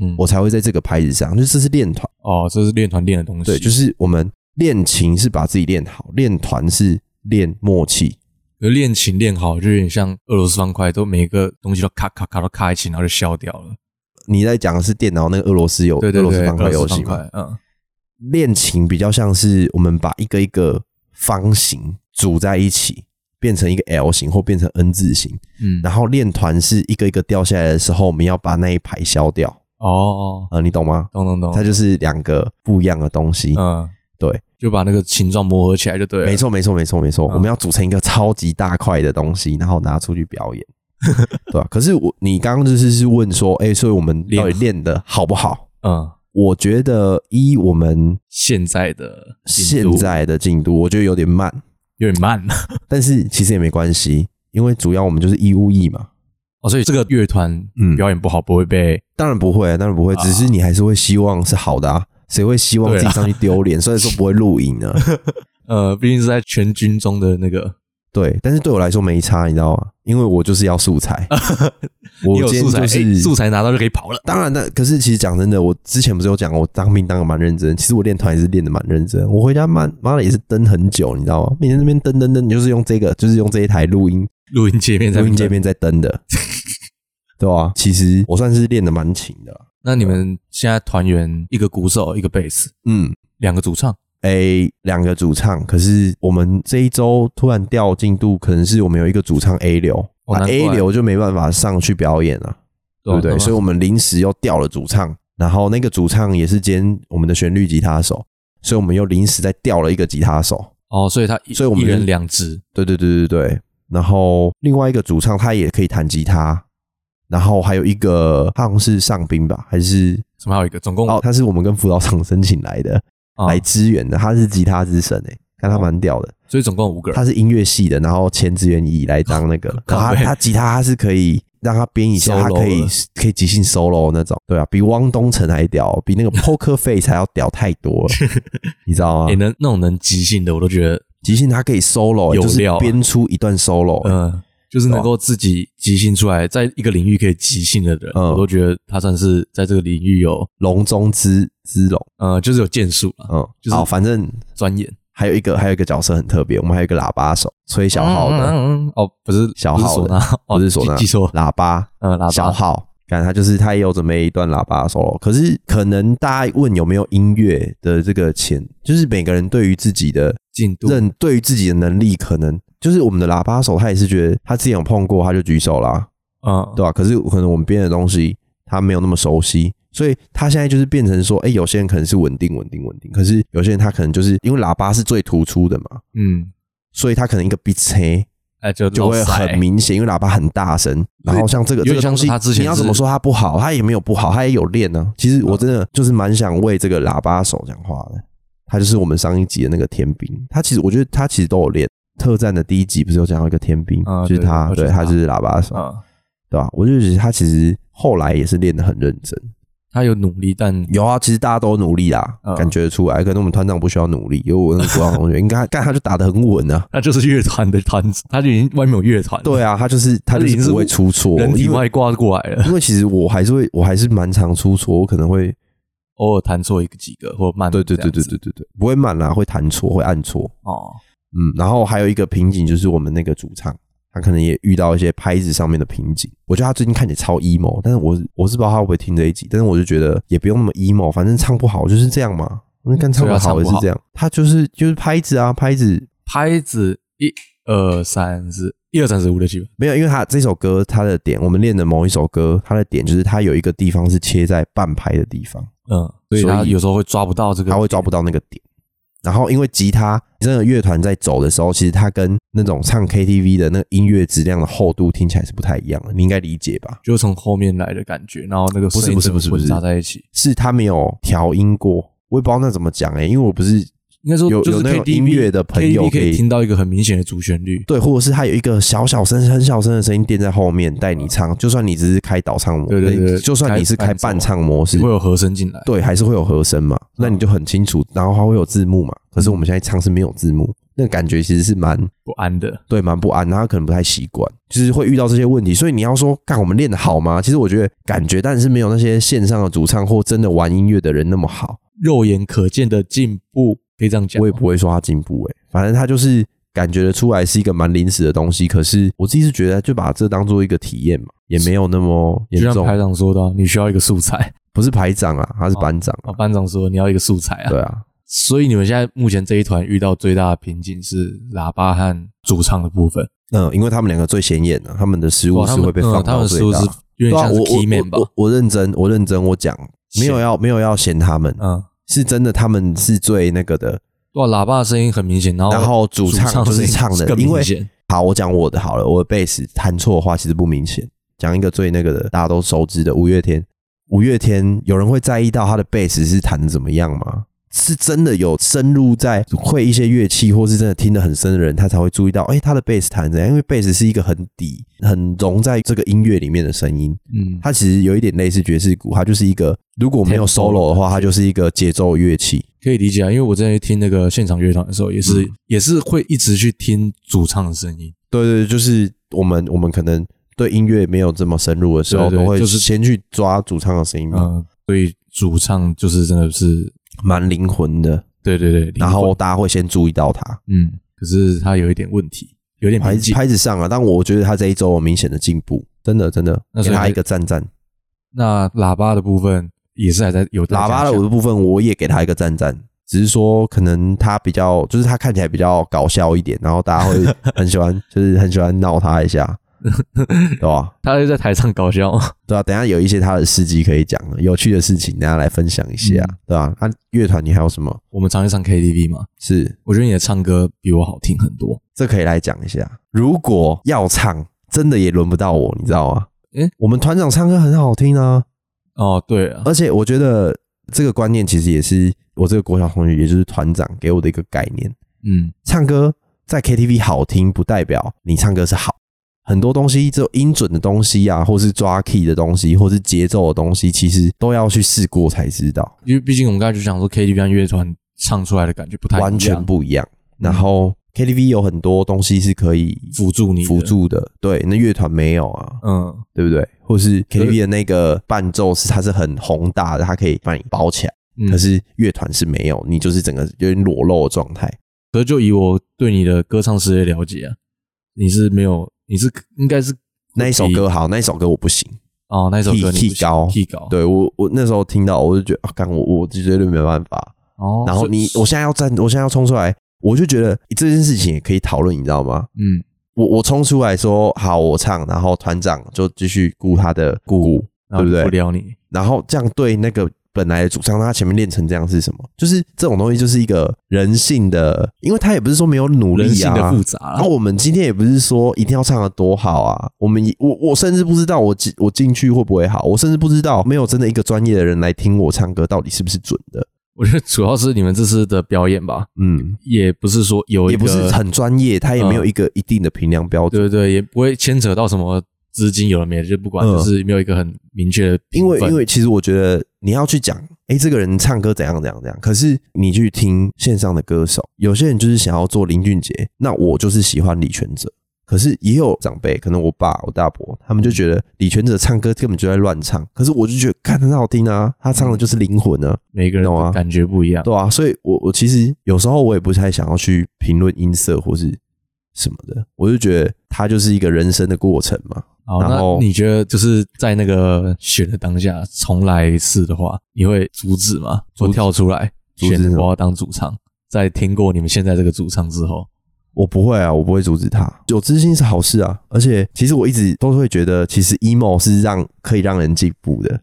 Speaker 2: 嗯，
Speaker 1: 我才会在这个拍子上，就是这是练团。
Speaker 2: 哦，这是练团练的东西。
Speaker 1: 对，就是我们练琴是把自己练好，练团是练默契，
Speaker 2: 可是练琴练好，就有点像俄罗斯方块，都每一个东西都咔咔咔都咔一起，然后就消掉了。
Speaker 1: 你在讲的是电脑那个俄罗斯游
Speaker 2: 对
Speaker 1: 俄
Speaker 2: 对
Speaker 1: 罗斯
Speaker 2: 对，
Speaker 1: 方块
Speaker 2: 俄
Speaker 1: 游
Speaker 2: 罗斯
Speaker 1: 戏
Speaker 2: 方
Speaker 1: 嘛？
Speaker 2: 块，嗯，
Speaker 1: 练琴比较像是我们把一个一个方形组在一起，变成一个 L 型或变成 N 字形。
Speaker 2: 嗯，
Speaker 1: 然后练团是一个一个掉下来的时候，我们要把那一排消掉
Speaker 2: 哦，
Speaker 1: 啊、呃你懂吗？
Speaker 2: 懂懂懂，
Speaker 1: 它就是两个不一样的东西。
Speaker 2: 嗯，
Speaker 1: 对，
Speaker 2: 就把那个形状磨合起来就对了。嗯
Speaker 1: 没，错，没错，没错，没错。我们要组成一个超级大块的东西，然后拿出去表 演，对吧、啊可是我你刚刚就是是问说，哎、所以我们到底练的好不好？
Speaker 2: 嗯，
Speaker 1: 我觉得一我们
Speaker 2: 现在的进
Speaker 1: 现
Speaker 2: 度
Speaker 1: 在的进度，我觉得有点慢，
Speaker 2: 有点慢
Speaker 1: 但是其实也没关系，因为主要我们就是义务役嘛。
Speaker 2: 哦，所以这个乐团
Speaker 1: 嗯
Speaker 2: 表演不好不会被
Speaker 1: 当然不会，当然不
Speaker 2: 啊
Speaker 1: 会，只是你还是会希望是好的啊。谁会希望自己
Speaker 2: 对啊
Speaker 1: 上去丢脸？虽然说不会啊露营 呢，
Speaker 2: 呃，毕竟是在全军中的那个，
Speaker 1: 对，但是对我来说没差，你知道吗？因为我就是要素材，
Speaker 2: 你
Speaker 1: 我
Speaker 2: 有
Speaker 1: 今天
Speaker 2: 素材，
Speaker 1: 就
Speaker 2: 诶
Speaker 1: 是
Speaker 2: 素材拿到就可以跑了。
Speaker 1: 当然的，可是其实讲真的，我之前不是有讲，我当兵当的蛮认真，其实我练团也是练的蛮认真。我回家妈妈的也是登很久，你知道吗？每天那边登登登，就是用这个，就是用这一台录音
Speaker 2: 录音界面在
Speaker 1: 录音界，面在登 的，对吧、其实我算是练的蛮勤的啦，啊
Speaker 2: 那你们现在团员一个鼓手，一个贝斯，
Speaker 1: 嗯。
Speaker 2: 两个主唱，
Speaker 1: A 两个主唱，可是我们这一周突然掉进度，可能是我们有一个主唱 A 流、
Speaker 2: 哦
Speaker 1: 啊
Speaker 2: 难怪啊
Speaker 1: ，A 流就没办法上去表演了、对不对？所以
Speaker 2: 以
Speaker 1: 我们临时又调了主唱，然后那个主唱也是兼我们的旋律吉他手，所以我们又临时再调了一个吉他手。
Speaker 2: 哦，所以他一
Speaker 1: 所以我们
Speaker 2: 一
Speaker 1: 就
Speaker 2: 人两支，
Speaker 1: 对对对对对。然后另外一个主唱他也可以弹吉他，然后还有一个他好像是上兵吧，还是
Speaker 2: 什么还有一个，总共
Speaker 1: 哦，他是我们跟辅导厂申请来的，
Speaker 2: 啊
Speaker 1: 来支援的，他是吉他之神诶、看他蛮屌的。
Speaker 2: 所以总共五个人。
Speaker 1: 他是啊音乐系的，然后签志愿役来当 那个，然
Speaker 2: 靠
Speaker 1: 后他
Speaker 2: 背
Speaker 1: 他吉他他是可以让他编一下，
Speaker 2: Solo
Speaker 1: 他可以
Speaker 2: 了
Speaker 1: 可以即兴 solo 那种，对啊，比汪东城还屌，比那个 Poker Face 还要屌太 多了，你知道吗
Speaker 2: 也？能那种能即兴的，我都觉得，
Speaker 1: 即兴他可以 solo，
Speaker 2: 有
Speaker 1: 就是
Speaker 2: 料啊
Speaker 1: 编出一段 solo，
Speaker 2: 嗯，就是能够自己即兴出来，在一个领域可以即兴的人，
Speaker 1: 嗯
Speaker 2: 我都觉得他算是在这个领域有，
Speaker 1: 龙中之之龙，
Speaker 2: 呃，就是有建树啊，
Speaker 1: 嗯，
Speaker 2: 就是
Speaker 1: 好，反正
Speaker 2: 钻研。
Speaker 1: 还有一个还有一个角色很特别，我们还有一个喇叭手，吹小号的，
Speaker 2: 嗯嗯嗯哦，不是
Speaker 1: 小
Speaker 2: 不是
Speaker 1: 号
Speaker 2: 唢
Speaker 1: 的
Speaker 2: 呐，哦
Speaker 1: 不是唢呐，
Speaker 2: 记记错，
Speaker 1: 喇叭，
Speaker 2: 嗯，喇叭
Speaker 1: 小号，感他就是他也有准备一段喇叭 solo，可是可能大家问有没有音乐的这个潜，就是每个人对于自己的
Speaker 2: 进度，
Speaker 1: 认，对于自己的能力，可能就是我们的喇叭手，他也是觉得他之前有碰过，他就举手啦，
Speaker 2: 嗯，
Speaker 1: 对吧、可是可能我们编的东西他没有那么熟悉，所以他现在就是变成说，哎、有些人可能是稳定稳定稳定，可是有些人他可能就是因为喇叭是最突出的嘛，
Speaker 2: 嗯，
Speaker 1: 所以他可能一个 beat 车
Speaker 2: 哎，就
Speaker 1: 就会
Speaker 2: 老塞
Speaker 1: 很明显，因为喇叭很大声。然后像这个
Speaker 2: 有点
Speaker 1: 这个东西，
Speaker 2: 像是他之前是嗯
Speaker 1: 你要怎么说他不好，他也没有不好，他也有练呢、其实我真的就是蛮想为这个喇叭手讲话的，他就是我们上一集的那个天兵，他其实我觉得他其实都有练。特战的第一集不是有讲到一个天兵，
Speaker 2: 啊
Speaker 1: 就是
Speaker 2: 对
Speaker 1: 他，
Speaker 2: 我觉
Speaker 1: 对
Speaker 2: 得
Speaker 1: 他
Speaker 2: 他
Speaker 1: 就是喇叭手，
Speaker 2: 嗯，
Speaker 1: 对吧、我就觉得他其实后来也是练得很认真。
Speaker 2: 他有努力，但
Speaker 1: 有啊，其实大家都努力啦，
Speaker 2: 嗯
Speaker 1: 感觉得出来。可能我们团长不需要努力，因为我那个国防同学， 应该干他就打得很稳啊。
Speaker 2: 他就是乐团的团子，他就已经外面有乐团，
Speaker 1: 对，啊，他就是他就
Speaker 2: 他已
Speaker 1: 是
Speaker 2: 经是
Speaker 1: 不会出错，
Speaker 2: 人体
Speaker 1: 因为
Speaker 2: 外挂过来 了，
Speaker 1: 因为其实我还是会，我还是蛮常出错，我可能会，
Speaker 2: 偶尔弹错一个几个或慢，
Speaker 1: 对对对对，对对对，不会满啦，会弹错，会按错，
Speaker 2: 哦，
Speaker 1: 嗯，然后还有一个瓶颈就是我们那个主唱，他可能也遇到一些拍子上面的瓶颈。我觉得他最近看起来超 emo，但是我我是不知道他会不会听这一集，但是我就觉得也不用那么 emo，反正唱不好就是这样嘛，那跟啊唱不好也是这样，他就是就是拍子啊，拍子
Speaker 2: 拍子一二三四，一二三四五六七八，
Speaker 1: 没有，因为他这首歌他的点，我们练的某一首歌，他的点就是他有一个地方是切在半拍的地方。
Speaker 2: 嗯，所以
Speaker 1: 所以
Speaker 2: 他有时候会抓不到这个，
Speaker 1: 他会抓不到那个点。然后因为吉他真的乐团在走的时候，其实它跟那种唱 KTV 的那个音乐质量的厚度听起来是不太一样的，你应该理解吧？
Speaker 2: 就从后面来的感觉，然后那个
Speaker 1: 不是
Speaker 2: 声音
Speaker 1: 不是不是不
Speaker 2: 混
Speaker 1: 是
Speaker 2: 杂在一起，
Speaker 1: 是他没有调音过，我也不知道那怎么讲哎、因为我不是
Speaker 2: 应该说
Speaker 1: 有
Speaker 2: 就是
Speaker 1: 有那种
Speaker 2: KTV
Speaker 1: 音乐的朋友
Speaker 2: KTV 可
Speaker 1: 可以
Speaker 2: 以听到一个很明显的主旋律，
Speaker 1: 对，或者是他有一个小小声、很小声的声音垫在后面带你唱，就算你只是开导唱模，
Speaker 2: 对对对对
Speaker 1: 就算你是开
Speaker 2: 开伴
Speaker 1: 伴
Speaker 2: 奏啊
Speaker 1: 唱模式
Speaker 2: 会，有啊和声进来，
Speaker 1: 对，还是会有和声嘛，那你就很清楚，然后它会有字幕嘛。可是我们现在唱是没有字幕，那个感觉其实是蛮
Speaker 2: 不安的，
Speaker 1: 对，蛮不安，然后他可能不太习惯，就是会遇到这些问题。所以你要说，干我们练的好吗？其实我觉得感觉，但是没有那些线上的主唱或真的玩音乐的人那么好。
Speaker 2: 肉眼可见的进步，可以这样讲吗，
Speaker 1: 我也不会说他进步、欸，反正他就是感觉得出来是一个蛮临时的东西，可是我自己是觉得就把这当做一个体验嘛，也没有那么严
Speaker 2: 就像
Speaker 1: 重。
Speaker 2: 排长说的啊、你需要一个素材。
Speaker 1: 不是排长啊，他是班长啊
Speaker 2: 啊，班长说你要一个素材啊。
Speaker 1: 对啊，
Speaker 2: 所以你们现在目前这一团遇到最大的瓶颈是喇叭和主唱的部分，
Speaker 1: 嗯，因为他们两个最显眼的、他们的失误
Speaker 2: 哇他
Speaker 1: 是
Speaker 2: 们
Speaker 1: 会被放
Speaker 2: 嗯他
Speaker 1: 到
Speaker 2: 们
Speaker 1: 最
Speaker 2: 是不
Speaker 1: 大。
Speaker 2: 是有
Speaker 1: 对
Speaker 2: 点
Speaker 1: 啊，
Speaker 2: 像
Speaker 1: 我
Speaker 2: 是
Speaker 1: 我
Speaker 2: key man 吧
Speaker 1: 我？我我认真，我认真，我讲没有
Speaker 2: 嫌
Speaker 1: 要没有要嫌他们，
Speaker 2: 嗯，
Speaker 1: 是真的，他们是最那个的。
Speaker 2: 哇，喇叭的声音很明显，然后
Speaker 1: 然后主唱
Speaker 2: 唱
Speaker 1: 就是
Speaker 2: 声音
Speaker 1: 唱的
Speaker 2: 更
Speaker 1: 因为
Speaker 2: 明显，
Speaker 1: 好，我讲我的好了，我的贝斯弹错的话其实不明显。讲一个最那个的，大家都熟知的五月天。五月天有人会在意到他的贝斯是弹的怎么样吗？是真的有深入在会一些乐器，或是真的听得很深的人，他才会注意到，哎、他的贝斯弹得怎样？因为贝斯是一个很底、很融在这个音乐里面的声音。
Speaker 2: 嗯，
Speaker 1: 它其实有一点类似爵士鼓，它就是一个如果没有
Speaker 2: Tempo
Speaker 1: solo 的话，它就是一个节奏乐器。
Speaker 2: 可以理解啊。因为我之前去听那个现场乐团的时候，也
Speaker 1: 嗯
Speaker 2: 是、也是会一直去听主唱的声音，
Speaker 1: 对对，对就是我们我们可能对音乐没有这么深入的时候，
Speaker 2: 对对
Speaker 1: 都会
Speaker 2: 就是
Speaker 1: 先去抓主唱的声音
Speaker 2: 嗯、
Speaker 1: 嘛，
Speaker 2: 所以主唱就是真的是，
Speaker 1: 蛮灵魂的。
Speaker 2: 对对对，
Speaker 1: 然
Speaker 2: 灵
Speaker 1: 后
Speaker 2: 魂
Speaker 1: 大家会先注意到他
Speaker 2: 嗯，可是他有一点问题，有点
Speaker 1: 拍
Speaker 2: 瓶颈。
Speaker 1: 拍子上啊，但我觉得他这一周有明显的进步，真的真的
Speaker 2: 那
Speaker 1: 给
Speaker 2: 所以
Speaker 1: 他
Speaker 2: 还
Speaker 1: 一个赞赞。
Speaker 2: 那喇叭的部分也是还在有待
Speaker 1: 喇叭
Speaker 2: 加
Speaker 1: 的
Speaker 2: 强
Speaker 1: 我的部分我也给他一个赞赞，只是说可能他比较就是他看起来比较搞笑一点，然后大家会很喜欢 就是很喜欢闹他一 下，对吧？
Speaker 2: 他就在台上搞笑。
Speaker 1: 对啊，等一下有一些他的事迹可以讲了，有趣的事情，大家来分享一下，
Speaker 2: 嗯
Speaker 1: 对吧、啊？那乐团你还有什么？
Speaker 2: 我们常去唱 KTV 嘛，
Speaker 1: 是
Speaker 2: 我觉得你的唱歌比我好听很多。
Speaker 1: 这可以来讲一下。如果要唱，真的也轮不到我，你知道吗？
Speaker 2: 诶
Speaker 1: 我们团长唱歌很好听啊，
Speaker 2: 哦，对啊，
Speaker 1: 而且我觉得这个观念其实也是我这个国小同学，也就是团长给我的一个概念。
Speaker 2: 嗯，
Speaker 1: 唱歌在 KTV 好听，不代表你唱歌是好。很多东西，只有音准的东西啊，或是抓 key 的东西，或是节奏的东西，其实都要去试过才知道。
Speaker 2: 因为毕竟我们刚才就讲说 KTV 和乐团唱出来的感觉不太一样
Speaker 1: 完全不一样。
Speaker 2: 嗯
Speaker 1: 然后 KTV 有很多东西是可以
Speaker 2: 辅助你的
Speaker 1: 辅，助的，对，那乐团没有啊，
Speaker 2: 嗯，
Speaker 1: 对不对？或是
Speaker 2: 可是
Speaker 1: KTV 的那个伴奏是它是很宏大的，它可以把你包起来，
Speaker 2: 嗯
Speaker 1: 可是乐团是没有，你就是整个有点裸露的状态。
Speaker 2: 可是就以我对你的歌唱实力了解啊，你是没有，你是应该是
Speaker 1: 那一首歌好，那一首歌我不行，
Speaker 2: 哦，那一首歌你
Speaker 1: key-
Speaker 2: 不
Speaker 1: key
Speaker 2: 行
Speaker 1: 高
Speaker 2: key 高，，
Speaker 1: 对我我那时候听到我就觉得啊，干我我就绝对没办法。
Speaker 2: 哦，
Speaker 1: 然后
Speaker 2: 所以
Speaker 1: 你我现在要站，我现在要冲出来，我就觉得这件事情也可以讨论，你知道吗？
Speaker 2: 嗯，
Speaker 1: 我我冲出来说好，我唱，然后团长就继续顾他的鼓，
Speaker 2: 然
Speaker 1: 对
Speaker 2: 后
Speaker 1: 不
Speaker 2: 就
Speaker 1: 对
Speaker 2: 不撩你，
Speaker 1: 然后这样对那个本来的主唱，他前面练成这样是什么？就是这种东西就是一个人性的，因为他也不是说没有努
Speaker 2: 人
Speaker 1: 力
Speaker 2: 性
Speaker 1: 啊。
Speaker 2: 的复杂啦
Speaker 1: 然后我们今天也不是说一定要唱的多好啊，我们也我我甚至不知道我进我进去会不会好，我甚至不知道没有真的一个专业的人来听我唱歌到底是不是准的，
Speaker 2: 我觉得主要是你们这次的表演吧，
Speaker 1: 嗯，
Speaker 2: 也不是说有一
Speaker 1: 也
Speaker 2: 个嗯
Speaker 1: 不是很专业，他也没有一个一定的评量标准
Speaker 2: 对。对对，也不会牵扯到什么资金有了没的，就不管，
Speaker 1: 嗯
Speaker 2: 就是没有一个很明确的评
Speaker 1: 因为
Speaker 2: 分
Speaker 1: 因为其实我觉得你要去讲，哎、这个人唱歌怎样怎样怎样，可是你去听线上的歌手，有些人就是想要做林俊杰，那我就是喜欢李全哲。可是也有长辈，可能我爸、我大伯，他们就觉得李全哲唱歌根本就在乱唱。可是我就觉得，看很好听啊，他唱的就是灵魂啊，
Speaker 2: 每个人
Speaker 1: 懂啊
Speaker 2: 的感觉不一样。
Speaker 1: 对啊。所以我我其实有时候我也不太想要去评论音色或是什么的，我就觉得它就是一个人生的过程嘛。
Speaker 2: 好，
Speaker 1: 然后
Speaker 2: 那你觉得就是在那个选的当下重来一次的话，你会阻止吗？
Speaker 1: 阻止
Speaker 2: 我跳出来
Speaker 1: 阻止
Speaker 2: 选
Speaker 1: 什么
Speaker 2: 我要当主唱，在听过你们现在这个主唱之后，
Speaker 1: 我不会啊，我不会阻止他。有自信是好事啊，而且其实我一直都会觉得，其实 emo 是让可以让人进步的。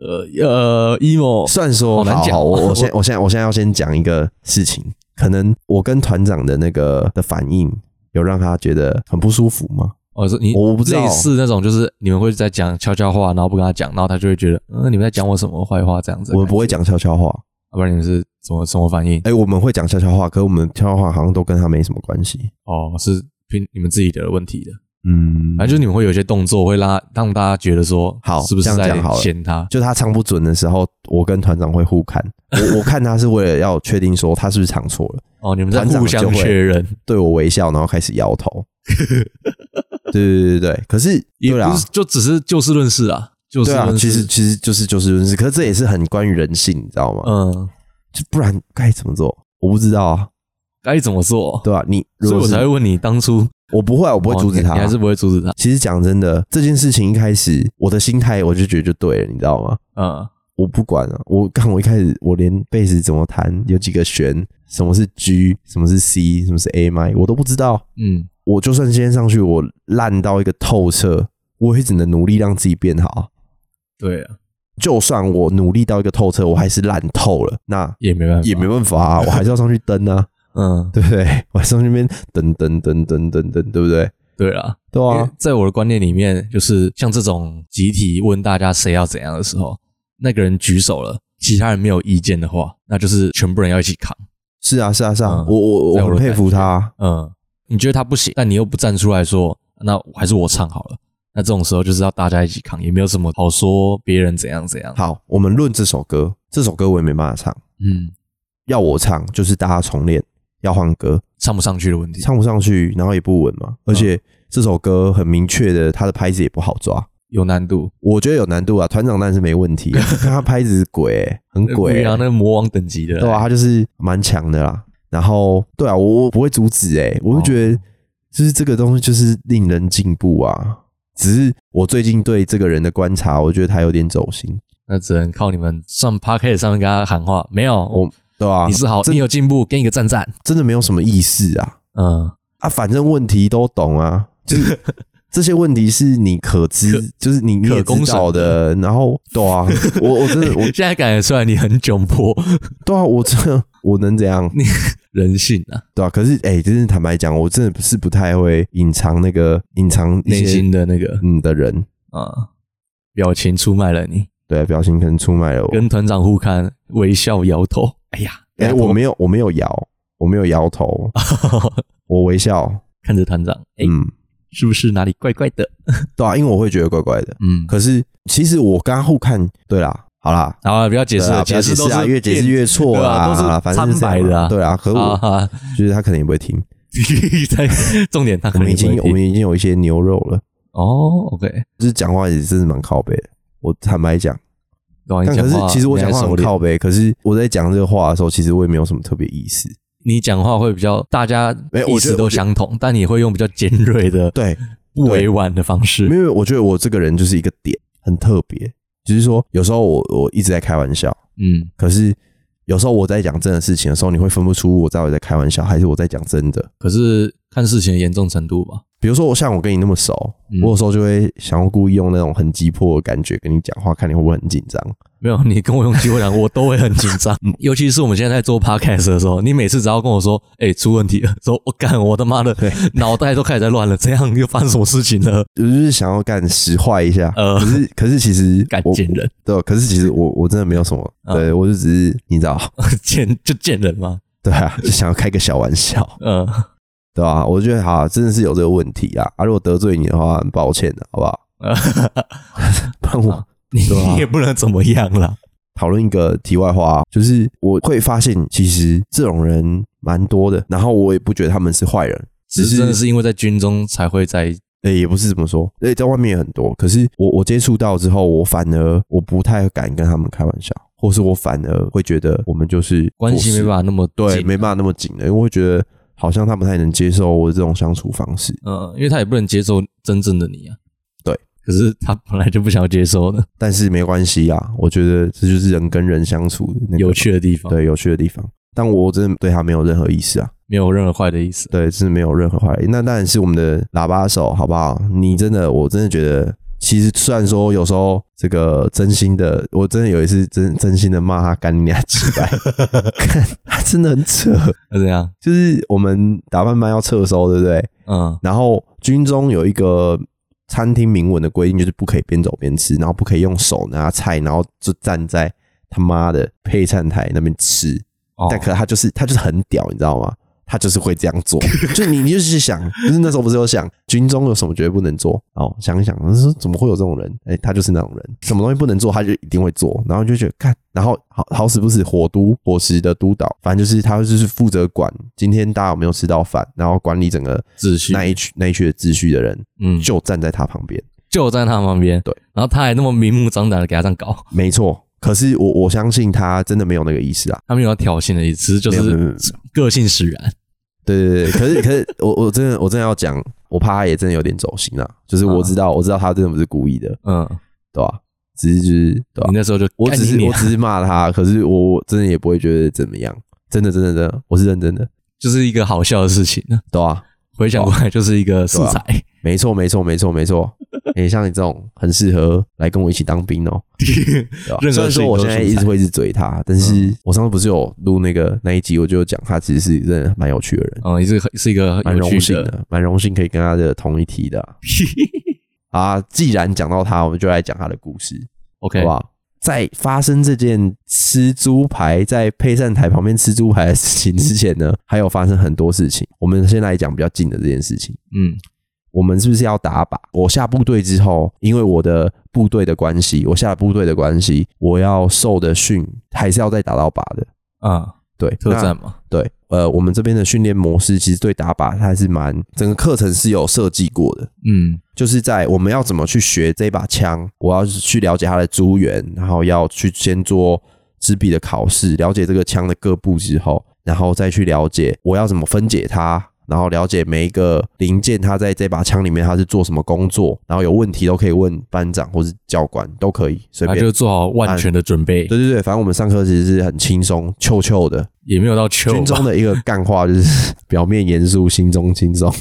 Speaker 2: 呃呃，emo
Speaker 1: 虽然说
Speaker 2: 好难讲
Speaker 1: 好
Speaker 2: 哦
Speaker 1: 我我现我现在我现在要先讲一个事情，可能我跟团长的那个的反应有让他觉得很不舒服吗？
Speaker 2: 哦，是你
Speaker 1: 我不知道
Speaker 2: 类似那种，就是你们会在讲悄悄话，然后不跟他讲，然后他就会觉得，嗯、你们在讲我什么坏话这样子。
Speaker 1: 我们不会讲悄悄话，
Speaker 2: 要不然你们是怎么什么反应？
Speaker 1: 哎、我们会讲悄悄话，可是我们悄悄话好像都跟他没什么关系。
Speaker 2: 哦，是凭你们自己的问题的。
Speaker 1: 嗯，
Speaker 2: 反正就是你们会有一些动作，会让他让大家觉得说，
Speaker 1: 好
Speaker 2: 是不是
Speaker 1: 这样
Speaker 2: 在
Speaker 1: 讲好了
Speaker 2: 嫌他？
Speaker 1: 就他唱不准的时候，我跟团长会互看。我我看他是为了要确定说他是不是唱错了。
Speaker 2: 哦，你们在
Speaker 1: 团长
Speaker 2: 互相
Speaker 1: 就会
Speaker 2: 确认，
Speaker 1: 对我微笑，然后开始摇头。 对对对对，可是
Speaker 2: 也
Speaker 1: 对啦
Speaker 2: 不，是就只是就事论事啊，就事
Speaker 1: 对啊，
Speaker 2: 论
Speaker 1: 其
Speaker 2: 事。
Speaker 1: 实其实就是就事论事，可是这也是很关于人性，你知道吗？
Speaker 2: 嗯，
Speaker 1: 就不然该怎么做？我不知道啊，
Speaker 2: 该怎么做？
Speaker 1: 对吧、啊你如
Speaker 2: 所
Speaker 1: 果
Speaker 2: 以我
Speaker 1: 是
Speaker 2: 才会问你当初，
Speaker 1: 我不会啊，我不会
Speaker 2: 哦
Speaker 1: 阻止
Speaker 2: 你
Speaker 1: 他啊、
Speaker 2: 你还是不会阻止他。
Speaker 1: 其实讲真的，这件事情一开始我的心态我就觉得就对了，你知道吗？
Speaker 2: 嗯，
Speaker 1: 我不管了、我看我一开始我连贝斯怎么弹，有几个弦，什么是 G，什么是 C，什么是 A m 我都不知道。
Speaker 2: 嗯，
Speaker 1: 我就算今天上去，我烂到一个透彻，我也只能努力让自己变好啊。
Speaker 2: 对啊，
Speaker 1: 就算我努力到一个透彻，我还是烂透了，那
Speaker 2: 也没办法，
Speaker 1: 也没办法啊，我还是要上去登啊，
Speaker 2: 嗯，
Speaker 1: 对不对？我还上去那边登登登登登登，对不对？
Speaker 2: 对啊。
Speaker 1: 对
Speaker 2: 因为
Speaker 1: 啊，
Speaker 2: 在我的观念里面，就是像这种集体问大家谁要怎样的时候，那个人举手了，其他人没有意见的话，那就是全部人要一起扛。
Speaker 1: 是啊，是啊，是啊，
Speaker 2: 嗯
Speaker 1: 我我
Speaker 2: 在
Speaker 1: 我
Speaker 2: 我
Speaker 1: 很
Speaker 2: 的
Speaker 1: 佩服他啊。
Speaker 2: 嗯，你觉得他不行，但你又不站出来说，那还是我唱好了。那这种时候就是要大家一起扛，也没有什么好说别人怎样怎样。
Speaker 1: 好，我们论这首歌，这首歌我也没办法唱，
Speaker 2: 嗯，
Speaker 1: 要我唱就是大家重练，要换歌，
Speaker 2: 唱不上去的问题，
Speaker 1: 唱不上去，然后也不稳嘛。
Speaker 2: 嗯
Speaker 1: 而且这首歌很明确的，它的拍子也不好抓，
Speaker 2: 有难度，
Speaker 1: 我觉得有难度啊。团长当然是没问题、 啊，看他拍子是鬼、很
Speaker 2: 不一
Speaker 1: 鬼、
Speaker 2: 样，那个魔王等级的，
Speaker 1: 对啊，他就是蛮强的啦。然后对啊，我我不会阻止哎、我就
Speaker 2: 哦
Speaker 1: 觉得就是这个东西就是令人进步啊。只是我最近对这个人的观察，我觉得他有点走心，
Speaker 2: 那只能靠你们上 p a r k e t 上面跟他喊话，没有，
Speaker 1: 我对吧、啊？
Speaker 2: 你是好，你有进步，给你个赞赞。
Speaker 1: 真的没有什么意思啊。
Speaker 2: 嗯，
Speaker 1: 啊，反正问题都懂啊，就是 这些问题是你可知，就是你你也
Speaker 2: 可
Speaker 1: 知
Speaker 2: 公
Speaker 1: 道
Speaker 2: 审
Speaker 1: 的，然后对啊，我我真的我
Speaker 2: 现在感觉出来你很窘迫，
Speaker 1: 对啊，我真的我能怎样？
Speaker 2: 人性啊，
Speaker 1: 对啊，可是哎、真是坦白讲，我真的是不太会隐藏那个隐藏一
Speaker 2: 内
Speaker 1: 些
Speaker 2: 心的那个
Speaker 1: 嗯的人，
Speaker 2: 啊，表情出卖了你，
Speaker 1: 对、啊，表情可能出卖了我。
Speaker 2: 跟团长互看，微笑摇头。哦哎呀，
Speaker 1: 哎、
Speaker 2: 摇头
Speaker 1: 我没有我没有摇，我没有摇头，我微笑，
Speaker 2: 看着团长，啊哎，
Speaker 1: 嗯，
Speaker 2: 是不是哪里怪怪的？
Speaker 1: 对啊，因为我会觉得怪怪的。
Speaker 2: 嗯，
Speaker 1: 可是其实我刚互看，对啦，好啦，
Speaker 2: 好了，不要解释
Speaker 1: 对啊
Speaker 2: 了，
Speaker 1: 不要
Speaker 2: 释
Speaker 1: 解
Speaker 2: 都
Speaker 1: 释啊，
Speaker 2: 是
Speaker 1: 越解释越错
Speaker 2: 对
Speaker 1: 啦，
Speaker 2: 啊都是
Speaker 1: 反正是这样
Speaker 2: 苍白的
Speaker 1: 嘛
Speaker 2: 啊
Speaker 1: 对啊。可
Speaker 2: 啊
Speaker 1: 我
Speaker 2: 哈，
Speaker 1: 就是他可能也不会听，
Speaker 2: 在重点他可
Speaker 1: 我
Speaker 2: 能
Speaker 1: 们已经
Speaker 2: 也不
Speaker 1: 我
Speaker 2: 会
Speaker 1: 们已经有一些牛肉了，
Speaker 2: 哦，OK，
Speaker 1: 就是讲话也真是蛮靠背的。我坦白讲，但
Speaker 2: 懂你
Speaker 1: 可
Speaker 2: 讲
Speaker 1: 是
Speaker 2: 话
Speaker 1: 其实我讲话很
Speaker 2: 你还熟练
Speaker 1: 靠背，可是我在讲这个话的时候，其实我也没有什么特别意思。
Speaker 2: 你讲话会比较大家
Speaker 1: 没有我
Speaker 2: 意
Speaker 1: 觉
Speaker 2: 思
Speaker 1: 得
Speaker 2: 都相同，但你会用比较尖锐的、
Speaker 1: 对，
Speaker 2: 不委婉的方式
Speaker 1: 因。为我觉得我这个人就是一个点很特别，只是说有时候我我一直在开玩笑，
Speaker 2: 嗯，
Speaker 1: 可是有时候我在讲真的事情的时候，你会分不出我到底在开玩笑还是我在讲真的。
Speaker 2: 可是看事情的严重程度吧。
Speaker 1: 比如说，我像我跟你那么熟，
Speaker 2: 嗯
Speaker 1: 我有时候就会想要故意用那种很急迫的感觉跟你讲话，看你会不会很紧张。
Speaker 2: 没有，你跟我用机会讲，我都会很紧张。
Speaker 1: 嗯
Speaker 2: 尤其是我们现在在做 podcast 的时候，你每次只要跟我说“哎、出问题了”，说“我、干，我他妈的
Speaker 1: 对
Speaker 2: 脑袋都开始在乱了”，这样又发生什么事情了？
Speaker 1: 我就是想要干使坏一下，
Speaker 2: 呃
Speaker 1: 可是可是其实
Speaker 2: 干
Speaker 1: 我
Speaker 2: 贱人，
Speaker 1: 对，可是其实我我真的没有什么，
Speaker 2: 嗯
Speaker 1: 对我就只是你知道，
Speaker 2: 见就见人嘛。
Speaker 1: 对啊，就想要开个小玩笑，
Speaker 2: 嗯、
Speaker 1: 对吧、我觉得好、真的是有这个问题啊，啊，如果得罪你的话，很抱歉啊的、好不好？
Speaker 2: 呃，
Speaker 1: 不然我
Speaker 2: 啊你
Speaker 1: 对啊
Speaker 2: 也不能怎么样啦。
Speaker 1: 讨论一个题外话啊，就是我会发现其实这种人蛮多的，然后我也不觉得他们是坏人，
Speaker 2: 只
Speaker 1: 只
Speaker 2: 是
Speaker 1: 是
Speaker 2: 真的是因为在军中才会在
Speaker 1: 诶、也不是这么说，诶、在外面也很多。可是我我接触到之后，我反而我不太敢跟他们开玩笑，或是我反而会觉得我们就是
Speaker 2: 关系没
Speaker 1: 法
Speaker 2: 办法那么
Speaker 1: 对
Speaker 2: 紧啊
Speaker 1: 没办法那么紧的，因为我会觉得好像他不太能接受我这种相处方式。
Speaker 2: 嗯、因为他也不能接受真正的你啊。
Speaker 1: 对，
Speaker 2: 可是他本来就不想要接受的，
Speaker 1: 但是没关系啊，我觉得这就是人跟人相处的那个
Speaker 2: 有趣的地方，，
Speaker 1: 对有趣的地方。但我真的对他没有任何意思啊，
Speaker 2: 没有任何坏的意思。
Speaker 1: 对，是没有任何怀疑。那当然是我们的喇叭手，好不好？你真的，我真的觉得，其实虽然说有时候这个真心的，我真的有一次真真心的骂他干你俩几百， 看他真的很扯。
Speaker 2: 那怎样？
Speaker 1: 就是我们打扮班要撤收，对不对？
Speaker 2: 嗯
Speaker 1: 然后军中有一个餐厅明文的规定，就是不可以边走边吃，然后不可以用手拿菜，然后就站在他妈的配餐台那边吃。
Speaker 2: 哦
Speaker 1: 但可他就是他就是很屌，你知道吗？他就是会这样做，就你你就是想，就是那时候不是有想军中有什么绝对不能做哦，想一想，我说怎么会有这种人？哎、他就是那种人，什么东西不能做，他就一定会做，然后你就觉得看，然后好好死不死火都伙食的督导，反正就是他就是负责管今天大家有没有吃到饭，然后管理整个
Speaker 2: 秩序
Speaker 1: 那一区那一区的秩序的人，
Speaker 2: 嗯，
Speaker 1: 就站在他旁边，
Speaker 2: 就在他旁边，
Speaker 1: 对，
Speaker 2: 然后他还那么明目张胆的给他这样搞，
Speaker 1: 没错。可是我我相信他真的没有那个意思啊，
Speaker 2: 他没有要挑衅的意思，只是就
Speaker 1: 没有没有没
Speaker 2: 是
Speaker 1: 有
Speaker 2: 个性使然，
Speaker 1: 对对对，可是可是我我真的我真的要讲，我怕他也真的有点走心啦。就是我知道、我知道他真的不是故意的，
Speaker 2: 嗯，
Speaker 1: 对吧、只是就是对吧、啊
Speaker 2: 你那时候就
Speaker 1: 我
Speaker 2: 干
Speaker 1: 只是
Speaker 2: 你
Speaker 1: 我
Speaker 2: 娘
Speaker 1: 只是骂他，可是我我真的也不会觉得怎么样，真的真的真的，我是认真的，
Speaker 2: 就是一个好笑的事情，啊
Speaker 1: 对吧、
Speaker 2: 回想过来就是一个素
Speaker 1: 对啊
Speaker 2: 材。
Speaker 1: 没错没错没错没 错，诶、像你这种很适合来跟我一起当兵哦、 对吧
Speaker 2: 任
Speaker 1: 虽然
Speaker 2: 何事情
Speaker 1: 说我
Speaker 2: 都
Speaker 1: 现在
Speaker 2: 是
Speaker 1: 一直
Speaker 2: 素材嗯
Speaker 1: 会一直嘴他，但是我上次不是有录那个那一集，我就有讲他其实是真的蛮有趣的人，
Speaker 2: 嗯，也是是一个很
Speaker 1: 蛮
Speaker 2: 有
Speaker 1: 荣
Speaker 2: 趣
Speaker 1: 幸
Speaker 2: 的。
Speaker 1: 的，蛮荣幸可以跟他的同一题的啊。啊，既然讲到他，我们就来讲他的故事，
Speaker 2: OK，
Speaker 1: 好不好？在发生这件吃猪排在配膳台旁边吃猪排的事情之前呢，还有发生很多事情。我们先来讲比较近的这件事情。
Speaker 2: 嗯，
Speaker 1: 我们是不是要打靶？我下部队之后，因为我的部队的关系，我下了部队的关系，我要受的训还是要再打到靶的。
Speaker 2: 啊，
Speaker 1: 对，
Speaker 2: 特
Speaker 1: 那
Speaker 2: 战嘛，
Speaker 1: 对，呃，我们这边的训练模式其实对打靶它还是蛮整个课程是有设计过的，
Speaker 2: 嗯
Speaker 1: 就是在我们要怎么去学这把枪，我要去了解它的珠源，然后要去先做纸笔的考试，了解这个枪的各部之后，然后再去了解我要怎么分解它，然后了解每一个零件它在这把枪里面它是做什么工作，然后有问题都可以问班长或是教官都可以随
Speaker 2: 那
Speaker 1: 便。
Speaker 2: 就做好万全的准备，
Speaker 1: 对对对，反正我们上课其实是很轻松、臭臭的。
Speaker 2: 也没有到秋啊
Speaker 1: 军中
Speaker 2: 吧。
Speaker 1: 的一个干话就是 表面严肃，心中轻松。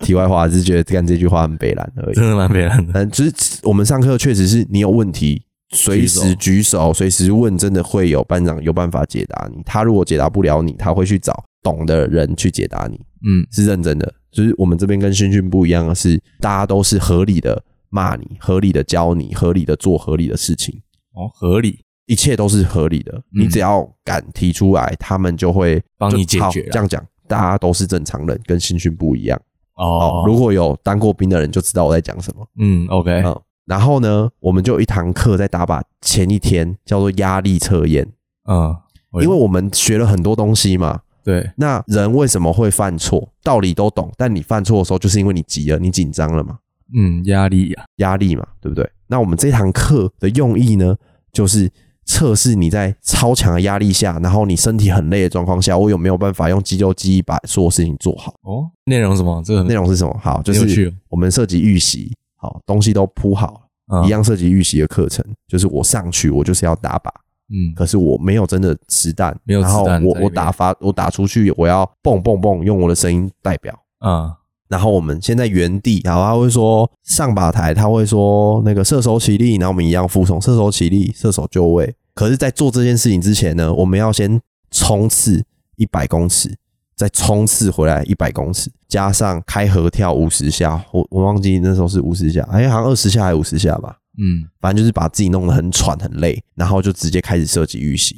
Speaker 1: 题外话只是觉得干这句话很北蓝而已。
Speaker 2: 真的蛮悲惨的，
Speaker 1: 嗯，只是我们上课确实是你有问题，随时举手，随时问，真的会有班长有办法解答你。他如果解答不了你，他会去找懂的人去解答你，
Speaker 2: 嗯，
Speaker 1: 是认真的。就是我们这边跟新训不一样的是，大家都是合理的骂你，合理的教你，合理的做合理的事情，
Speaker 2: 哦，合理，
Speaker 1: 一切都是合理的。你只要敢提出来，他们就会
Speaker 2: 嗯帮你
Speaker 1: 就
Speaker 2: 解
Speaker 1: 好
Speaker 2: 决啦
Speaker 1: 这样讲，大家都是正常人，跟新训不一样。哦
Speaker 2: 哦，，
Speaker 1: 如果有当过兵的人就知道我在讲什么。
Speaker 2: 嗯，OK，
Speaker 1: 嗯，然后呢，我们就有一堂课在打靶前一天叫做压力测验，
Speaker 2: 嗯，我
Speaker 1: 因为我们学了很多东西嘛。
Speaker 2: 对，
Speaker 1: 那人为什么会犯错？道理都懂，但你犯错的时候，就是因为你急了，你紧张了嘛，
Speaker 2: 嗯，压力呀，
Speaker 1: 压力嘛，对不对？那我们这堂课的用意呢，就是测试你在超强的压力下，然后你身体很累的状况下，我有没有办法用肌肉记忆把所有事情做好？
Speaker 2: 哦，内容什么？这个
Speaker 1: 内容是什么？好，就
Speaker 2: 很有趣
Speaker 1: 是
Speaker 2: 哦
Speaker 1: 我们涉及预习，好，东西都铺好，
Speaker 2: 嗯
Speaker 1: 一，样涉及预习的课程，就是我上去我就是要打靶，
Speaker 2: 嗯，
Speaker 1: 可是我没有真的实弹，
Speaker 2: 没有实
Speaker 1: 然后
Speaker 2: 弹在
Speaker 1: 我
Speaker 2: 里面
Speaker 1: 我打发我打出去，我要蹦蹦蹦，用我的声音代表。
Speaker 2: 啊，
Speaker 1: 然后我们先在原地，然后他会说上靶台，他会说那个射手起立，然后我们一样服从射手起立，射手就位。可是，在做这件事情之前呢，我们要先冲刺一百公尺，再冲刺回来一百公尺，加上开合跳五十下，我我忘记那时候是五十下，哎，好像二十下还五十下吧。
Speaker 2: 嗯，
Speaker 1: 反正就是把自己弄得很喘很累，然后就直接开始设计预习，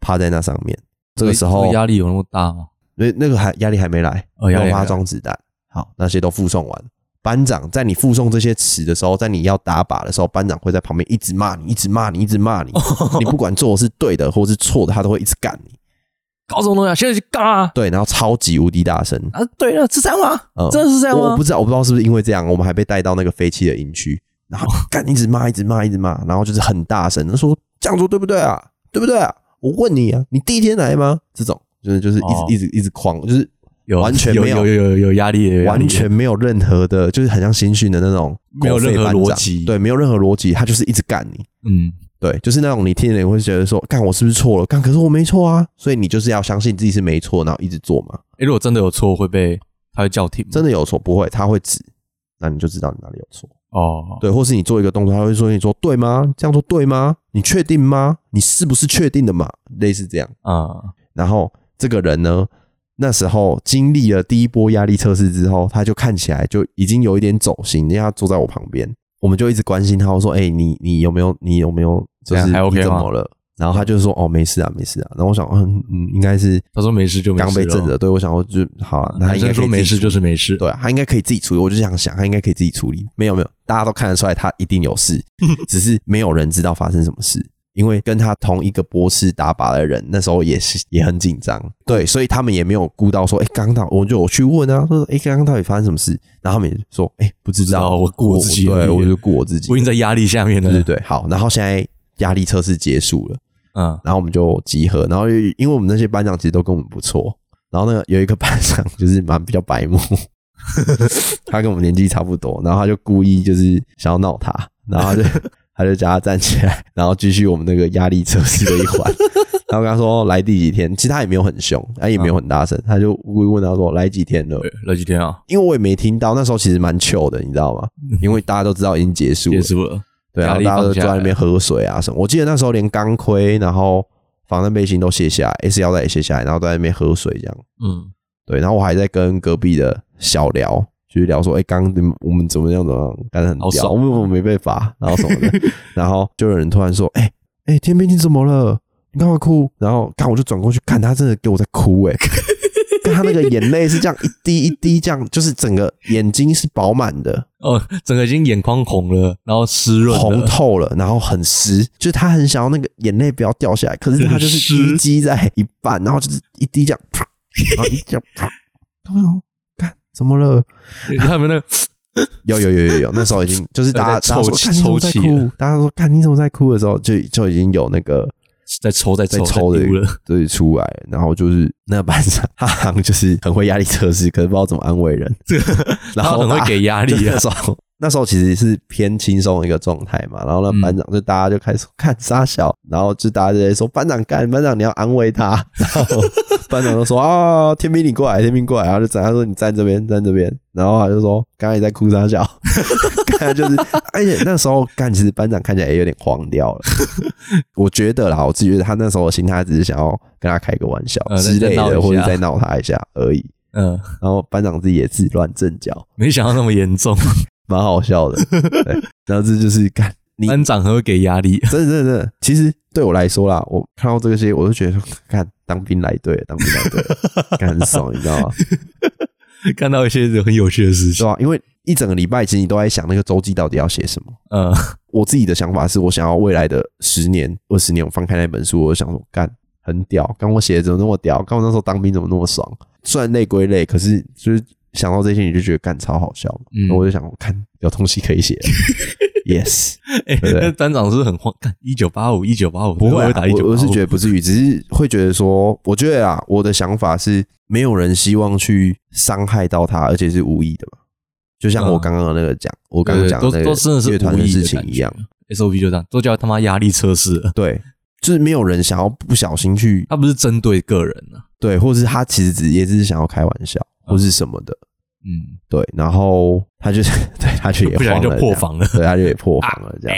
Speaker 1: 趴在那上面。这个时
Speaker 2: 所以
Speaker 1: 候
Speaker 2: 这，压力有那么大吗？
Speaker 1: 那那个还压力还没来，
Speaker 2: 哦压力还没来
Speaker 1: 要发装子弹，好，那些都附送完。班长在你附送这些词的时候，在你要打靶的时候，班长会在旁边一直骂你，一直骂你，一直骂 你。你不管做的是对的或是错的，他都会一直干你。
Speaker 2: 搞什么东西啊？现在去干啊！
Speaker 1: 对，然后超级无敌大声。
Speaker 2: 啊，对了，是这样吗？
Speaker 1: 嗯
Speaker 2: 真的是这样
Speaker 1: 我
Speaker 2: 吗
Speaker 1: 我不？知道，我不知道是不是因为这样，我们还被带到那个废弃的营区，然后
Speaker 2: 哦
Speaker 1: 干一直骂，一直骂，一直骂，然后就是很大声，他说这样做对不对啊？对不对啊？我问你啊，你第一天来吗？这种就是就是一直、
Speaker 2: 哦
Speaker 1: 一直一直狂，就是
Speaker 2: 有
Speaker 1: 完全
Speaker 2: 有
Speaker 1: 没有
Speaker 2: 有有有有压力，有压力
Speaker 1: 完全没有任何的，就是很像新训的那种，
Speaker 2: 没有任
Speaker 1: 狗吠
Speaker 2: 何
Speaker 1: 班长
Speaker 2: 逻辑
Speaker 1: 对，没有任何逻辑，他就是一直干你。
Speaker 2: 嗯，
Speaker 1: 对，就是那种你听了你会觉得说，干我是不是错了？干，可是我没错啊，所以你就是要相信自己是没错，然后一直做嘛。
Speaker 2: 诶如果真的有错会被他会叫停吗，
Speaker 1: 真的有错不会，他会指，那你就知道你哪里有错。
Speaker 2: 哦，
Speaker 1: 对，或是你做一个动作，他会说你说对吗？这样做对吗？你确定吗？你是不是确定的嘛？类似这样。
Speaker 2: 啊，
Speaker 1: 然后这个人呢，那时候经历了第一波压力测试之后，他就看起来就已经有一点走心，因为他坐在我旁边，我们就一直关心他，我说：“哎、你你有没有？你有没有？就
Speaker 2: 怎样
Speaker 1: 是
Speaker 2: 哎还 OK
Speaker 1: 你怎
Speaker 2: 吗
Speaker 1: 么了？”然后他就说：“哦，没事啊，没事啊。”然后我想，嗯嗯，应该是
Speaker 2: 他说没事就没事
Speaker 1: 刚被
Speaker 2: 咯
Speaker 1: 震的，对我想说就好啊了，那他
Speaker 2: 男
Speaker 1: 应该可
Speaker 2: 生
Speaker 1: 以
Speaker 2: 说
Speaker 1: 自己
Speaker 2: 没事
Speaker 1: 处
Speaker 2: 就是没事，
Speaker 1: 对啊，他应该可以自己处理。我就这样想，他应该可以自己处理。没有没有，大家都看得出来他一定有 事，只是没有人知道发生什么事。因为跟他同一个波士打靶的人，那时候也是也很紧张，对，所以他们也没有顾到说，哎、刚刚到我就我去问啊，说，哎、刚刚到底发生什么事？然后他们也说，哎、不知
Speaker 2: 知道
Speaker 1: 道，
Speaker 2: 我顾我自己
Speaker 1: 对，
Speaker 2: 而已
Speaker 1: 我就顾我自己
Speaker 2: 我，已经在压力下面了，
Speaker 1: 对对对，好。然后现在压力测试结束了，
Speaker 2: 嗯，
Speaker 1: 然后我们就集合，然后因为我们那些班长其实都跟我们不错，然后呢，有一个班长就是蛮比较白目，他跟我们年纪差不多，然后他就故意就是想要闹他，然后他就 他就叫他站起来，然后继续我们那个压力测试的一环。然后跟他说哦来第几天，其实他也没有很凶，他也没有很大声，他就故意问他说来几天了，
Speaker 2: 那几天啊，
Speaker 1: 因为我也没听到，那时候其实蛮糗的，你知道吗？因为大家都知道已经结束了
Speaker 2: 结，束了，
Speaker 1: 对啊，
Speaker 2: 压力
Speaker 1: 大家都
Speaker 2: 放
Speaker 1: 坐
Speaker 2: 下
Speaker 1: 在
Speaker 2: 来
Speaker 1: 那边喝水啊什么。我记得那时候连钢盔，然后防弹背心都卸下来，S 腰带也卸下来，然后都在那边喝水这样。
Speaker 2: 嗯，
Speaker 1: 对，然后我还在跟隔壁的小聊，就是聊说，哎、刚刚你们我们怎么样怎么样，干得很
Speaker 2: 好
Speaker 1: 屌，
Speaker 2: 爽
Speaker 1: 我们我们没被罚，然后什么的， 然后就有人突然说，哎、哎、天边你怎么了？你干嘛哭？然后看我就转过去看，他真的给我在哭、欸，哎。 他那个眼泪是这样一滴一滴这样，就是整个眼睛是饱满的，
Speaker 2: 哦，整个已经眼眶红了，然后湿润了
Speaker 1: 红透了，然后很湿，就是他很想要那个眼泪不要掉下来，可是他就是
Speaker 2: 湿
Speaker 1: 滴积在一半，然后就是一滴这样，啪然后一滴这样，啪然后我
Speaker 2: 哦
Speaker 1: 想干怎么了？
Speaker 2: 他们那个
Speaker 1: 有有有有有，那时候已经就是大家大
Speaker 2: 在
Speaker 1: 家说看你怎么
Speaker 2: 抽泣
Speaker 1: 在
Speaker 2: 抽泣
Speaker 1: 哭，大家说看你怎么在哭的时候，就就已经有那个
Speaker 2: 在抽在
Speaker 1: 在
Speaker 2: 抽
Speaker 1: 抽的
Speaker 2: 在丢了，
Speaker 1: 对出来，然后就是那个班长，他好像就是很会压力测试，可是不知道怎么安慰 人， 然后
Speaker 2: 他很
Speaker 1: 大
Speaker 2: 会给 压
Speaker 1: 就
Speaker 2: 力啊
Speaker 1: 那，时候那时候其实是偏轻松的一个状态嘛，然后
Speaker 2: 嗯
Speaker 1: 那班长就大家就开始说看傻小，然后就大家就在说班长干，班长你要安慰他， 然后班长就说啊天兵你过来，天兵过来，然后就站，他说你站这边，站这边，然后他就说刚才你在哭傻小， 看就是，而且那时候干其实班长看起来也有点慌掉 了，我觉得啦，我自己觉得他那时候的心态他只是想要跟他开个玩笑
Speaker 2: 呃
Speaker 1: 之类
Speaker 2: 再闹一
Speaker 1: 的，
Speaker 2: 下
Speaker 1: 或者再闹他一下而已，
Speaker 2: 嗯，
Speaker 1: 然后班长自己也自乱阵脚。
Speaker 2: 没想到那么严重，
Speaker 1: 蛮好笑的。对，然后这就是干你
Speaker 2: 班长很会给压力，
Speaker 1: 真的真的真的，其实对我来说啦，我看到这些我就觉得说，看当兵来对了，当兵来对了，干很爽，你知道吗？
Speaker 2: 看到一些很有趣的事
Speaker 1: 对
Speaker 2: 情，
Speaker 1: 吧、因为一整个礼拜其实你都在想那个周记到底要写什么。
Speaker 2: 嗯，
Speaker 1: 我自己的想法是我想要未来的十年、二十年，我翻开那本书，我就想说，干很屌，刚我写的怎么那么屌？刚我那时候当兵怎么那么爽？虽然累归累，可是就是想到这些，你就觉得干超好笑。
Speaker 2: 嗯
Speaker 1: 嗯，我就想，我看有东西可以写了，yes。
Speaker 2: 哎，
Speaker 1: 对
Speaker 2: 那班长是不是很慌，看一九八五一九八五，
Speaker 1: 不会、
Speaker 2: 会
Speaker 1: 啊，
Speaker 2: 打一九
Speaker 1: 我我
Speaker 2: 八
Speaker 1: 是
Speaker 2: 五
Speaker 1: 觉，得不至于，只是会觉得说，我觉得啊，我的想法是没有人希望去伤害到他，而且是无意的嘛。就像我
Speaker 2: 嗯
Speaker 1: 刚刚的那个讲，我刚刚
Speaker 2: 对
Speaker 1: 讲
Speaker 2: 都
Speaker 1: 那
Speaker 2: 都真的
Speaker 1: 个
Speaker 2: 是
Speaker 1: 乐团
Speaker 2: 无意
Speaker 1: 事
Speaker 2: 的
Speaker 1: 情
Speaker 2: 感
Speaker 1: 一
Speaker 2: 觉
Speaker 1: 样，
Speaker 2: SOP 就这样，都叫他妈压力测试了，
Speaker 1: 对，就是没有人想要不小心去
Speaker 2: 他不是针对个人啊，
Speaker 1: 对，或是他其实只也只是想要开玩笑或是什么的，
Speaker 2: 嗯，
Speaker 1: 对，然后他就是 对，他就也
Speaker 2: 不小
Speaker 1: 慌
Speaker 2: 心就
Speaker 1: 了
Speaker 2: 破
Speaker 1: 这样
Speaker 2: 防了啊
Speaker 1: 对，他就也破防了这样。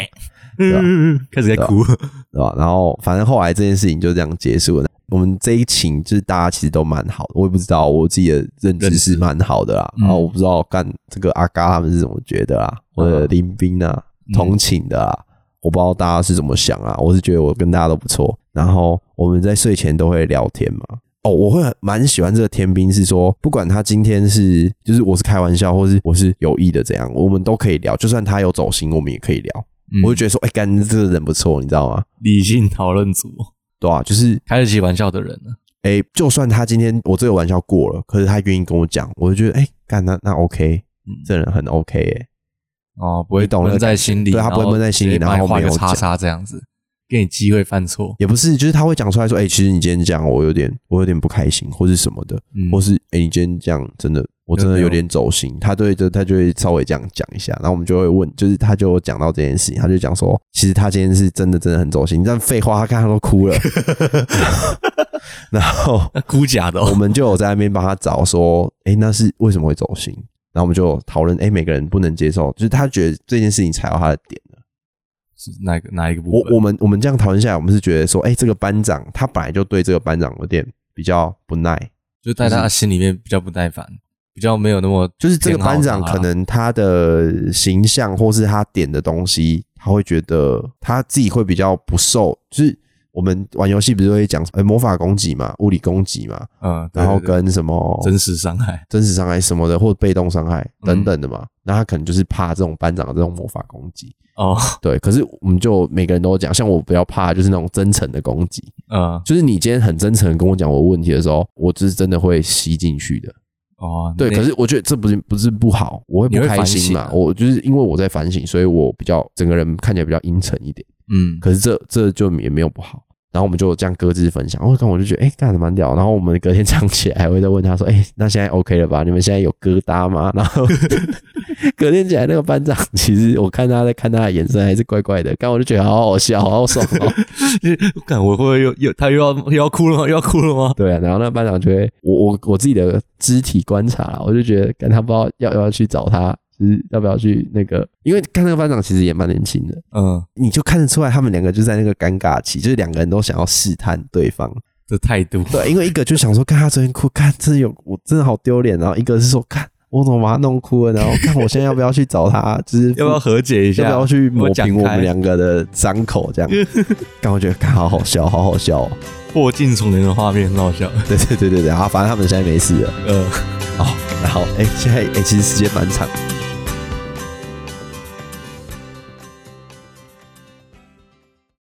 Speaker 1: 对啊
Speaker 2: 嗯， 开始在哭，
Speaker 1: 对吧？然后反正后来这件事情就这样结束了。我们这一群就是大家其实都蛮好的，我也不知道我自己的认知是蛮好的啦。
Speaker 2: 嗯
Speaker 1: 然后我不知道干这个阿嘎他们是怎么觉得啊，或者林斌啊、
Speaker 2: 嗯
Speaker 1: 同寝的啊，我不知道大家是怎么想啊。我是觉得我跟大家都不错。然后我们在睡前都会聊天嘛。哦，我会很蛮喜欢这个天兵，是说不管他今天是就是我是开玩笑，或是我是有意的怎样，我们都可以聊。就算他有走心，我们也可以聊。
Speaker 2: 嗯
Speaker 1: 我就觉得说，哎、干这个人不错，你知道吗？
Speaker 2: 理性讨论组
Speaker 1: 对啊，就是
Speaker 2: 开得起玩笑的人啊呢，
Speaker 1: 诶，就算他今天我这个玩笑过了，可是他愿意跟我讲，我就觉得诶，干那那 OK，
Speaker 2: 嗯，
Speaker 1: 这人很 OK 诶，
Speaker 2: 哦，不会
Speaker 1: 你懂那个
Speaker 2: 闷在
Speaker 1: 感
Speaker 2: 心里，
Speaker 1: 对他不会闷在心里
Speaker 2: 然后直接
Speaker 1: 然后
Speaker 2: 帮你画
Speaker 1: 没
Speaker 2: 个
Speaker 1: 有
Speaker 2: 叉
Speaker 1: 讲
Speaker 2: 叉这样子，给你机会犯错，
Speaker 1: 也不是，就是他会讲出来说，诶，其实你今天这样，我有点我有点不开心，或是什么的，
Speaker 2: 嗯
Speaker 1: 或是诶，你今天这样真的我真的有点走心，他对这他就会稍微这样讲一下，然后我们就会问，就是他就有讲到这件事情，他就讲说，其实他今天是真的真的很走心，但废话，他看他都哭了， 然后。
Speaker 2: 那哭假的
Speaker 1: 我
Speaker 2: 哦，
Speaker 1: 们就有在那边帮他找说，诶，那是为什么会走心？然后我们就讨论，诶，每个人不能接受，就是他觉得这件事情踩到他的点了。
Speaker 2: 是哪一个哪一个部
Speaker 1: 我
Speaker 2: 分？
Speaker 1: 我们我们这样讨论下来，我们是觉得说，诶，这个班长他本来就对这个班长有点比较不耐，
Speaker 2: 就在他心里面比较不耐烦，比较没有那么
Speaker 1: 就是这个班长
Speaker 2: 偏好他啊
Speaker 1: 可能他的形象或是他点的东西，他会觉得他自己会比较不受，就是。我们玩游戏不是会讲呃魔法攻击嘛、物理攻击嘛，
Speaker 2: 嗯，对
Speaker 1: 然后
Speaker 2: 对对
Speaker 1: 跟什么
Speaker 2: 真实伤害，
Speaker 1: 真实伤害什么的，或者被动伤害
Speaker 2: 嗯
Speaker 1: 等等的嘛。那他可能就是怕这种班长的这种魔法攻击。
Speaker 2: 哦，
Speaker 1: 对，可是我们就每个人都讲，像我比较怕就是那种真诚的攻击，
Speaker 2: 嗯，
Speaker 1: 就是你今天很真诚地跟我讲我的问题的时候，我就是真的会吸进去的。
Speaker 2: 哦，
Speaker 1: 对，
Speaker 2: 那
Speaker 1: 可是我觉得这不是不是不好，我会
Speaker 2: 你
Speaker 1: 不
Speaker 2: 会
Speaker 1: 开
Speaker 2: 反
Speaker 1: 心
Speaker 2: 省
Speaker 1: 嘛
Speaker 2: 啊。
Speaker 1: 我就是因为我在反省，所以我比较整个人看起来比较阴沉一点。
Speaker 2: 嗯，
Speaker 1: 可是这这就也没有不好。然后我们就有这样各自分享，哦，看我就觉得哎，干的蛮屌。然后我们隔天唱起来还会再问他说，哎，那现在 OK 了吧？你们现在有疙瘩吗？ 然后隔天起来那个班长，其实我看他在看他的眼神还是怪怪的，但我就觉得好好笑，好好爽 哦。
Speaker 2: 看我会不会又又他又要又要哭了吗？又要哭了吗？
Speaker 1: 对啊，然后那班长就会，我我我自己的肢体观察啦，我就觉得，干他不知道要要去找他，就是要不要去那个，因为看那个班长其实也蛮年轻的，
Speaker 2: 嗯，
Speaker 1: 你就看得出来他们两个就在那个尴尬期，就是两个人都想要试探对方。
Speaker 2: 这态度，
Speaker 1: 对，因为一个就想说，看他昨天哭，看这有我真的好丢脸，然后一个是说，看我怎么把他弄哭了，然后看我现在要不要去找他，就是
Speaker 2: 要不要和解一下？
Speaker 1: 要不要去抹
Speaker 2: 讲
Speaker 1: 平我
Speaker 2: 开
Speaker 1: 们两个的伤口这样？ 但我觉得看好好笑，好好笑、哦。
Speaker 2: 破镜重圆的画面很好笑。
Speaker 1: 对对对对对，然后反正他们现在没事了。
Speaker 2: 呃，
Speaker 1: 哦，然后哎、现在哎、其实时间蛮长，